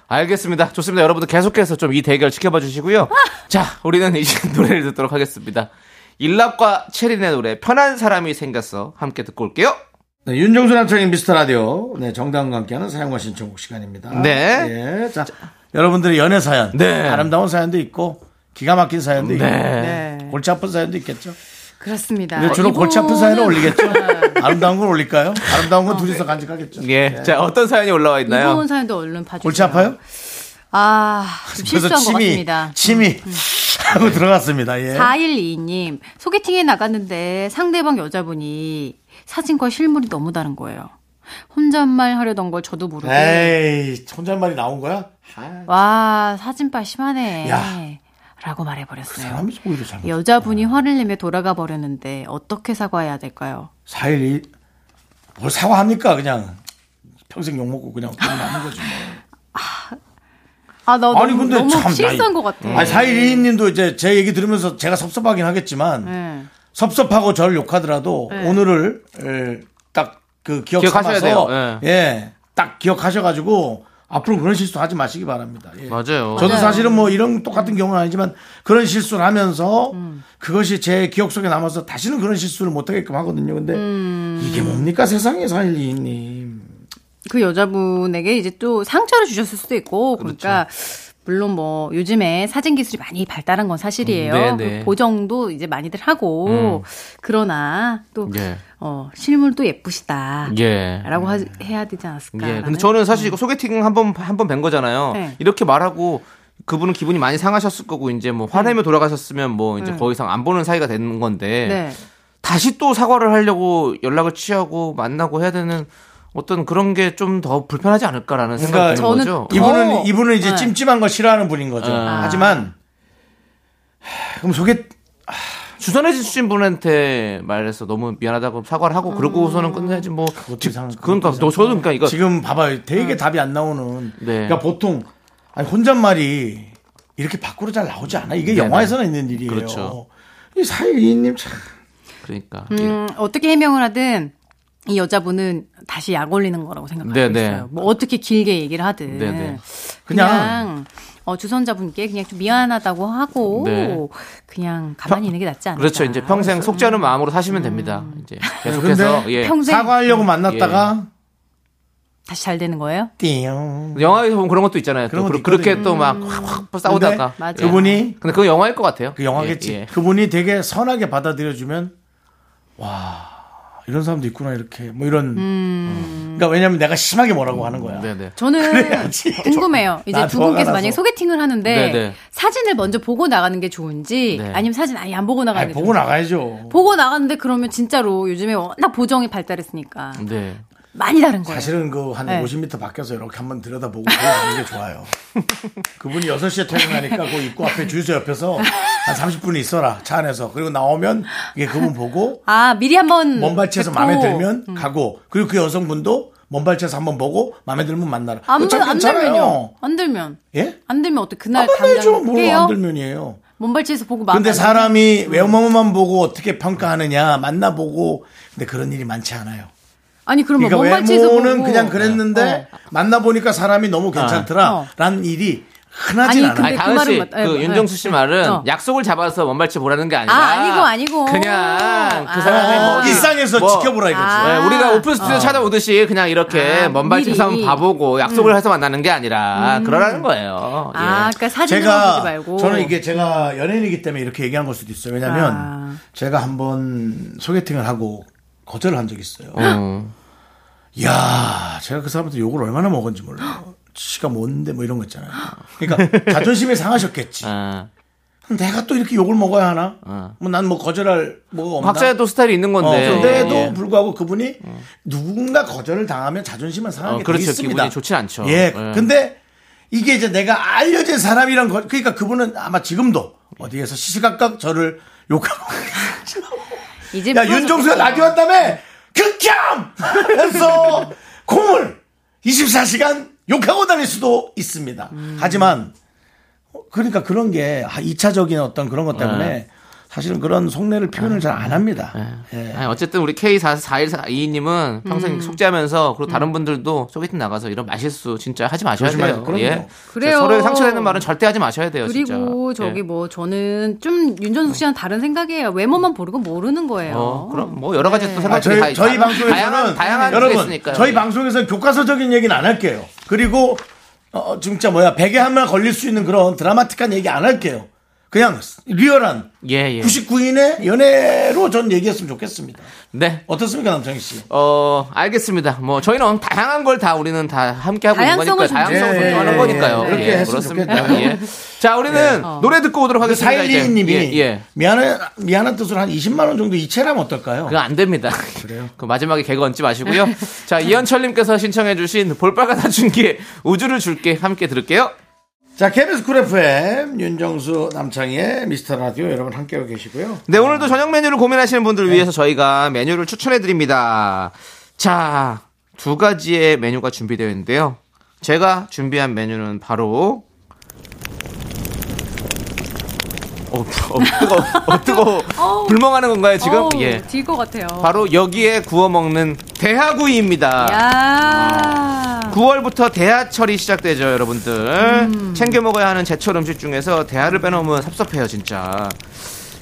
B: 알겠습니다. 좋습니다. 여러분들 계속해서 좀 이 대결 지켜봐 주시고요. 자, 우리는 이제 노래를 듣도록 하겠습니다. 일락과 체린의 노래 편한 사람이 생겼어 함께 듣고 올게요.
A: 네, 윤정수 남창인 미스터 라디오. 네, 정당과 함께하는 사연과 신청곡 시간입니다.
B: 네.
A: 예, 자, 여러분들의 연애 사연.
B: 네.
A: 아름다운 사연도 있고, 기가 막힌 사연도
B: 네.
A: 있고, 골치 아픈 사연도 있겠죠.
F: 그렇습니다.
A: 근데 주로 골치 아픈 사연을
F: 이분은-
A: 올리겠죠. 아름다운 걸 올릴까요? 아름다운 건 둘이서 간직하겠죠.
B: 예. 자, 어떤 사연이 올라와 있나요?
F: 이분 사연도 얼른 봐주세요.
A: 골치 아파요?
F: 아, 좀
A: 그래서
F: 실수한 것
A: 침이,
F: 같습니다. 음.
A: 침이 하고 들어갔습니다. 예.
F: 4122님, 소개팅에 나갔는데 상대방 여자분이 사진과 실물이 너무 다른 거예요. 혼잣말 하려던 걸 저도 모르고.
A: 에이, 혼잣말이 나온 거야? 아,
F: 와, 사진빨 심하네.
A: 야. 그
F: 라고 말해버렸어요.
A: 사람이 오히려 잘못.
F: 여자분이 화를 내며 돌아가 버렸는데 어떻게 사과해야 될까요?
A: 4일 뭘 사과합니까? 그냥 평생 욕먹고 그냥 끝나는 거지.
F: 아, 나
A: 아니,
F: 너무,
A: 근데
F: 너무
A: 참,
F: 실수한
A: 나이-
F: 것 같아.
A: 아니, 4일 2님도 이제 제 얘기 들으면서 제가 섭섭하긴 하겠지만
F: 네.
A: 섭섭하고 저를 욕하더라도
F: 음.
A: 오늘을 딱 그 기억
B: 기억하셔야
A: 삼아서
B: 돼요.
A: 예. 딱 기억하셔가지고 앞으로 그런 실수 하지 마시기 바랍니다. 예.
B: 맞아요.
A: 저도
F: 맞아요.
A: 사실은 뭐 이런 똑같은 경우는 아니지만 그런 실수를 하면서
F: 음.
A: 그것이 제 기억 속에 남아서 다시는 그런 실수를 못하게끔 하거든요. 근데
F: 음.
A: 이게 뭡니까 세상에 사일리님.
F: 그 여자분에게 이제 또 상처를 주셨을 수도 있고 그러니까
B: 그렇죠.
F: 물론 뭐 요즘에 사진 기술이 많이 발달한 건 사실이에요.
B: 음, 네, 네.
F: 그 보정도 이제 많이들 하고 그러나 또
B: 예.
F: 어, 실물도 예쁘시다.
B: 예.
F: 라고 하- 해야 되지 않았을까?
B: 예. 근데 저는 사실 이거 소개팅 한 번 한 번 뵌 거잖아요.
F: 음. 네.
B: 이렇게 말하고 그분은 기분이 많이 상하셨을 거고 이제 뭐 화내며 돌아가셨으면 뭐 이제 더 이상 안 보는 사이가 되는 건데
F: 네.
B: 다시 또 사과를 하려고 연락을 취하고 만나고 해야 되는 어떤 그런 게 좀 더 불편하지 않을까라는 생각이 드는
F: 저는
A: 어.
B: 거죠.
F: 더-
A: 이분은 이분은 이제
F: 네.
A: 찜찜한 걸 싫어하는 분인 거죠. 하지만 하, 그럼 소개
B: 주선해주신 분한테 말해서 너무 미안하다고 사과를 하고
F: 음.
B: 그러고서는 끝내야지 뭐
A: 그것도 이상한
B: 그러니까 너 저도 그러니까 이거
A: 지금 봐봐요. 되게 답이 안 나오는.
B: 네.
A: 그러니까 보통 아니, 혼잣말이 이렇게 밖으로 잘 나오지 않아. 이게
B: 네네.
A: 영화에서나 있는 일이에요.
B: 그렇죠.
A: 이 사일리님 참.
B: 그러니까
F: 음, 어떻게 해명을 하든 이 여자분은 다시 약 올리는 거라고 생각하고
B: 네, 네.
F: 있어요. 뭐 어떻게 길게 얘기를 하든
B: 네, 네.
F: 그냥,
A: 그냥
F: 어, 주선자분께 그냥 좀 미안하다고 하고
B: 네.
F: 그냥 가만히 있는 게 낫지 않나.
B: 그렇죠. 이제 평생 속지 않은 마음으로 사시면 됩니다. 이제 계속해서
A: 네, 근데
B: 예.
F: 평생
A: 사과하려고 만났다가
F: 다시 잘 되는 거예요?
A: 띠용.
B: 음. 영화에서 보면 그런 것도 있잖아요. 또
A: 그런 것도
B: 그렇게
A: 있거든요.
B: 또 막 확확 싸우다가. 예.
A: 근데
F: 맞아요. 예.
A: 그분이
B: 근데 그건 영화일 것 같아요.
A: 그 영화겠지.
B: 예, 예.
A: 그분이 되게 선하게 받아들여주면 와 이런 사람도 있구나 이렇게 뭐 이런.
F: 음.
A: 어. 그러니까 왜냐면 내가 심하게 뭐라고 하는 거야.
B: 네네.
F: 저는
A: 그래야지.
F: 궁금해요. 이제
A: 나
F: 두 분께서
A: 화가
F: 만약에
A: 나서.
F: 소개팅을 하는데
B: 네네.
F: 사진을 먼저 보고 나가는 게 좋은지
B: 네.
F: 아니면 사진 아예 안 보고 나가는
A: 아니,
F: 게
A: 보고
F: 좋은지.
A: 나가야죠.
F: 보고 나갔는데 그러면 진짜로 요즘에 워낙 보정이 발달했으니까
B: 네.
F: 많이 다른 거예요.
A: 사실은 그 한
F: 네.
A: 50m 밖에서 이렇게 한번 들여다보고 그러는 게 좋아요. 그분이 6시에 퇴근하니까 그 입구 앞에 주유소 옆에서 한 30분 있어라 차 안에서 그리고 나오면 이게 그분 보고
F: 아 미리 한번 그
A: 먼발치에서
F: 뵙고.
A: 마음에 들면 가고 그리고 그 여성분도 먼발치에서 한번 보고 마음에 들면 만나라.
F: 안,
A: 그거 참
F: 안
A: 괜찮아요.
F: 들면요? 안 들면
A: 예?
F: 안 들면 어떻게 그날
A: 안 만나죠.
F: 당장
A: 뭘
F: 깨요?
A: 안 들면이에요.
F: 먼발치에서 보고 마음
A: 근데
F: 안
A: 사람이 외모만 보고 어떻게 평가하느냐 만나보고 근데 그런 일이 많지 않아요.
F: 들면? 아니 그러면
A: 그러니까
F: 먼발치에서
A: 외모는
F: 보고
A: 그냥 그랬는데 만나보니까 사람이
B: 아.
A: 너무
F: 어.
A: 괜찮더라라는 일이 흔하진
F: 아니,
A: 않아요.
F: 근데
B: 아니,
F: 그
B: 강은 씨,
F: 말은 맞- 예,
B: 그
F: 예.
B: 윤정수 씨 말은
F: 어.
B: 약속을 잡아서 원발치 보라는 게 아니라.
F: 아, 아니고, 아니고.
B: 그냥
F: 아.
B: 그 사람의 뭐 어디-
A: 네, 일상에서
B: 뭐-
A: 지켜보라 이거지.
F: 아.
B: 네, 우리가 오픈 스튜디오 찾아오듯이 그냥 이렇게
F: 아,
B: 먼발치
F: 미리. 음.
B: 사람 봐보고 약속을 해서 만나는 게 아니라 그러라는 거예요. 예.
F: 아 그러니까 사진을 보지
A: 제가
F: 말고
A: 저는 이게 제가 연예인이기 때문에 이렇게 얘기한 걸 수도 있어요. 왜냐하면
F: 아.
A: 제가 한번 소개팅을 하고 거절을 한 적이 있어요.
B: 음.
A: 야, 제가 그 사람한테 욕을 얼마나 먹었는지 몰라요. 지가 뭔데 뭐 이런 거 있잖아요. 그러니까 자존심이 상하셨겠지.
B: 아.
A: 내가 또 이렇게 욕을 먹어야 하나?
B: 어.
A: 뭐 난 뭐 거절할 뭐가 없나?
B: 각자의 또 스타일이 있는
A: 어,
B: 건데.
A: 그런데도
B: 예.
A: 불구하고 그분이 누군가 거절을 당하면 자존심은
B: 어,
A: 상하게 돼
B: 그렇죠.
A: 있습니다.
B: 기분이 좋진 않죠.
A: 예.
B: 예.
A: 근데 이게 이제 내가 알려진 사람이란 거, 그러니까 그분은 아마 지금도 어디에서 시시각각 저를 욕하고.
F: 이제
A: 야,
F: 풀어서-
A: 윤종수가 라디오 한다며! 극혐! 해서 콩을 24시간 욕하고 다닐 수도 있습니다.
B: 음.
A: 하지만, 그러니까 그런 게 2차적인 어떤 그런 것 때문에
B: 예.
A: 사실은 그런 속내를 표현을 잘 안 합니다. 예.
B: 아니, 어쨌든 우리 K4142님은 평생
F: 음.
B: 속죄하면서 그리고 다른 분들도 소개팅 나가서 이런 마실수 진짜 하지 마셔야 돼요.
A: 조심하세요. 그럼요.
B: 예.
F: 그래요.
B: 서로에 상처되는 말은 절대 하지 마셔야 돼요.
F: 그리고
B: 진짜.
F: 저기
B: 예.
F: 뭐 저는 좀 윤정숙 씨랑 다른 생각이에요. 외모만 보르고 모르는 거예요. 네.
B: 어, 그럼 뭐 여러 가지 또
A: 아, 저희,
B: 생각들이 다
A: 저희
B: 있다.
A: 방송에서는
B: 다양한 다양한 게
A: 여러분
B: 있으니까요.
A: 저희
B: 예.
A: 방송에서는 교과서적인 얘기는 안 할게요. 그리고 어, 진짜 뭐야 베개 하나 걸릴 수 있는 그런 드라마틱한 얘기 안 할게요. 그냥 리얼한
B: 예, 예.
A: 99인의 연애로 전 얘기했으면 좋겠습니다.
B: 네.
A: 어떻습니까 남창희 씨?
B: 어, 알겠습니다. 뭐 저희는 다양한 걸 다 우리는 다 함께 하고 있는
F: 다양성을
B: 거니까 다양성을
A: 존중-
B: 존중하는
A: 예,
B: 거니까요.
A: 예, 그렇게 했으면 좋겠다.
B: 예. 자,
F: 네.
B: 우리는
F: 어.
B: 노래 듣고 오도록 하겠습니다. 이제.
A: 사일리님이
B: 예, 예.
A: 미안해 미안한 뜻으로 한 20만 원 정도 이체라면 어떨까요?
B: 그거 아- 안 됩니다.
F: 아,
B: 그래요? 그 마지막에 개그 얹지 마시고요. 자, 이현철님께서 신청해주신 볼빨간 사춘기 우주를 줄게 함께 들을게요.
A: 자 KBS 쿨 FM 윤정수 남창희의 미스터 라디오 여러분 함께하고 계시고요.
B: 네, 오늘도 저녁 메뉴를 고민하시는
F: 네.
B: 분들을 위해서 저희가 메뉴를 추천해드립니다. 자, 두 가지의 메뉴가 준비되어 있는데요. 제가 준비한 메뉴는 바로 어, 뜨- 어, 뜨거워, 어, 뜨거워.
F: 어우.
B: 불멍하는 건가요, 지금?
F: 어우,
B: 예.
F: 질것 같아요.
B: 바로 여기에 구워 먹는 대하구이입니다.
F: 야.
B: 아. 9월부터 대하철이 시작되죠, 여러분들.
F: 음.
B: 챙겨 먹어야 하는 제철 음식 중에서 대하를 빼놓으면 섭섭해요, 진짜.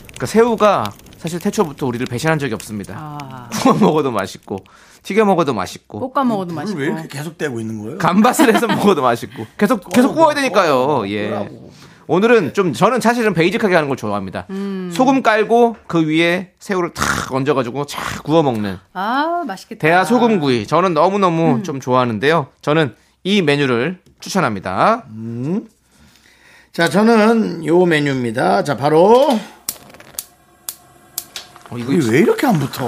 B: 그러니까 새우가 사실 태초부터 우리를 배신한 적이 없습니다.
F: 아,
B: 구워 먹어도 맛있고, 튀겨 먹어도 맛있고,
F: 볶아 먹어도
A: 불을
F: 맛있고.
A: 왜 이렇게 계속 떼고 있는 거예요?
B: 감바스를 해서 먹어도 맛있고. 계속 계속 구워야
F: 어,
B: 되니까요. 예. 오늘은 좀 저는 사실은 베이직하게 하는 걸 좋아합니다.
F: 음.
B: 소금 깔고 그 위에 새우를 탁 얹어가지고 착 구워 먹는
F: 아, 음. 맛있겠다.
B: 대하 소금구이 저는 너무너무 좀 좋아하는데요. 저는 이 메뉴를 추천합니다.
A: 자 저는 요 메뉴입니다. 자 바로
B: 어, 이거
A: 이게 왜 이렇게 안 붙어?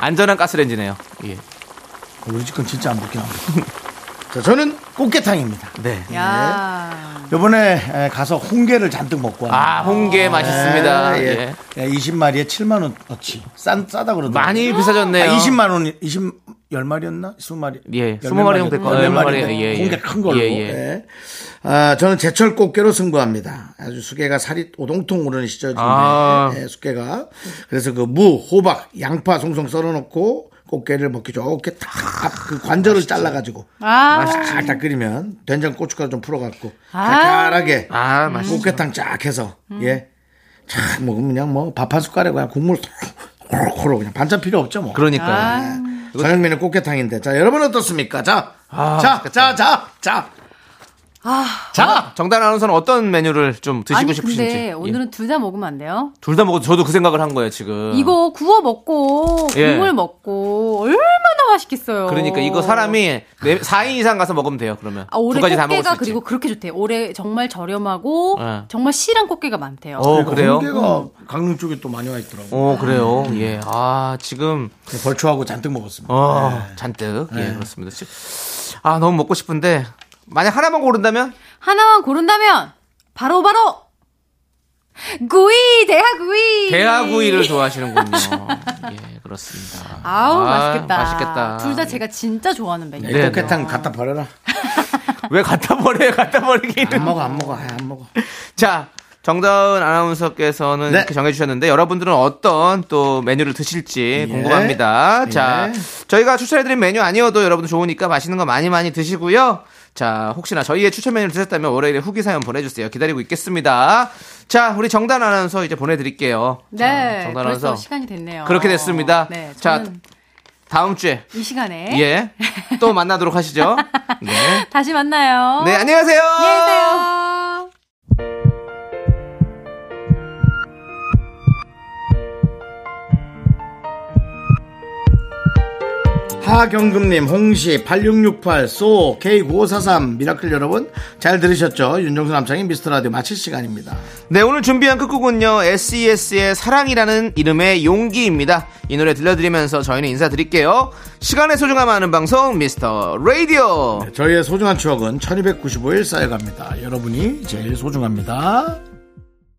B: 안전한 가스레인지네요. 예.
A: 우리 집 건 진짜 안 붙긴 합니다. 자, 저는 꽃게탕입니다.
B: 네.
F: 야.
A: 요번에 에, 가서 홍게를 잔뜩 먹고 왔는데.
B: 아, 홍게
F: 아,
B: 맛있습니다.
A: 예,
B: 예.
A: 예. 20마리에 7만원어치. 싼, 싸다 그러더라고요.
B: 많이
A: 아,
B: 비싸졌네요.
A: 20만원, 20, 10마리였나? 20마리?
B: 예, 20 마리 정도 될 거예요.
A: 10마리.
B: 10 마리, 예, 예.
A: 홍게 큰 걸로.
B: 예,
A: 예,
B: 예.
A: 아, 저는 제철 꽃게로 승부합니다. 아주 수개가 살이 오동통 오르는 시절인데,
B: 아.
A: 예, 예, 수개가. 그래서 그 무, 호박, 양파 송송 썰어놓고 꽃게를 먹기 좋게 딱 그 관절을 잘라가지고
F: 아,
A: 살짝 끓이면 된장 고춧가루 좀 풀어갖고
F: 아.
A: 달달하게
B: 아, 맛있어.
A: 꽃게탕 쫙 해서 예참 먹으면 그냥 뭐 밥 한 숟가락 그냥 국물 코로 그냥 반찬 필요 없죠 뭐
B: 그러니까요.
F: 아.
A: 저녁면은 꽃게탕인데 자 여러분 어떻습니까
B: 아,
A: 자자자자자자
B: 정단 아나운서는 어떤 메뉴를 좀 드시고
F: 아니
B: 싶으신지. 예.
F: 근데 오늘은 둘 다 먹으면 안 돼요?
B: 둘 다 먹어도 저도 그 생각을 한 거예요, 지금.
F: 이거 구워 먹고
B: 예.
F: 국물 먹고 얼마나 맛있겠어요.
B: 그러니까 이거 사람이 4인 이상 가서 먹으면 돼요, 그러면.
F: 아,
B: 두
F: 올해
B: 가지 다 먹을 수
F: 꽃게가
B: 있지.
F: 그리고 그렇게 좋대요. 올해 정말 저렴하고
B: 예.
F: 정말 실한 꽃게가 많대요.
B: 어, 그래요?
A: 그러니까 홍게가 강릉 쪽에 또 많이 와 있더라고
B: 어, 그래요. 예. 아, 지금
A: 벌초하고 잔뜩 먹었습니다
B: 어, 잔뜩. 예, 그렇습니다. 지- 아, 너무 먹고 싶은데 만약 하나만 고른다면
F: 하나만 고른다면 바로 바로 구이 대하구이.
B: 대하구이를 좋아하시는군요. 예, 그렇습니다.
F: 아우
B: 아,
F: 맛있겠다.
B: 맛있겠다.
F: 둘 다 제가 진짜 좋아하는 메뉴.
B: 네.
A: 꽃게탕 갖다 버려라
B: 왜 갖다 버려요? 갖다 버리기는.
A: 안 먹어 안 먹어 아이, 안 먹어
B: 자, 정다은 아나운서께서는
A: 네.
B: 이렇게 정해주셨는데 여러분들은 어떤 또 메뉴를 드실지 궁금합니다.
A: 예.
B: 자, 저희가 추천해드린 메뉴 아니어도 여러분 좋으니까 맛있는 거 많이 많이 드시고요. 자, 혹시나 저희의 추천 메뉴를 드셨다면 월요일에 후기 사연 보내주세요. 기다리고 있겠습니다. 자, 우리 정다은 아나운서 이제 보내드릴게요. 자,
F: 네.
B: 정다은
F: 벌써
B: 아나운서
F: 시간이 됐네요.
B: 그렇게 됐습니다.
F: 네.
B: 자,
F: 저는
B: 다음 주에
F: 이 시간에
B: 예. 또 만나도록 하시죠. 네.
F: 다시 만나요.
B: 네, 안녕하세요.
F: 안녕히 계세요.
A: 하경금님, 홍시, 8668, 소, K9543, 미라클 여러분, 잘 들으셨죠? 윤정수 남창인 미스터라디오 마칠 시간입니다.
B: 네, 오늘 준비한 끝곡은요. SES의 사랑이라는 이름의 용기입니다. 이 노래 들려드리면서 저희는 인사드릴게요. 시간의 소중함 아는 방송 미스터 라디오.
A: 저희의 소중한 추억은 1295일 쌓여갑니다. 여러분이 제일 소중합니다.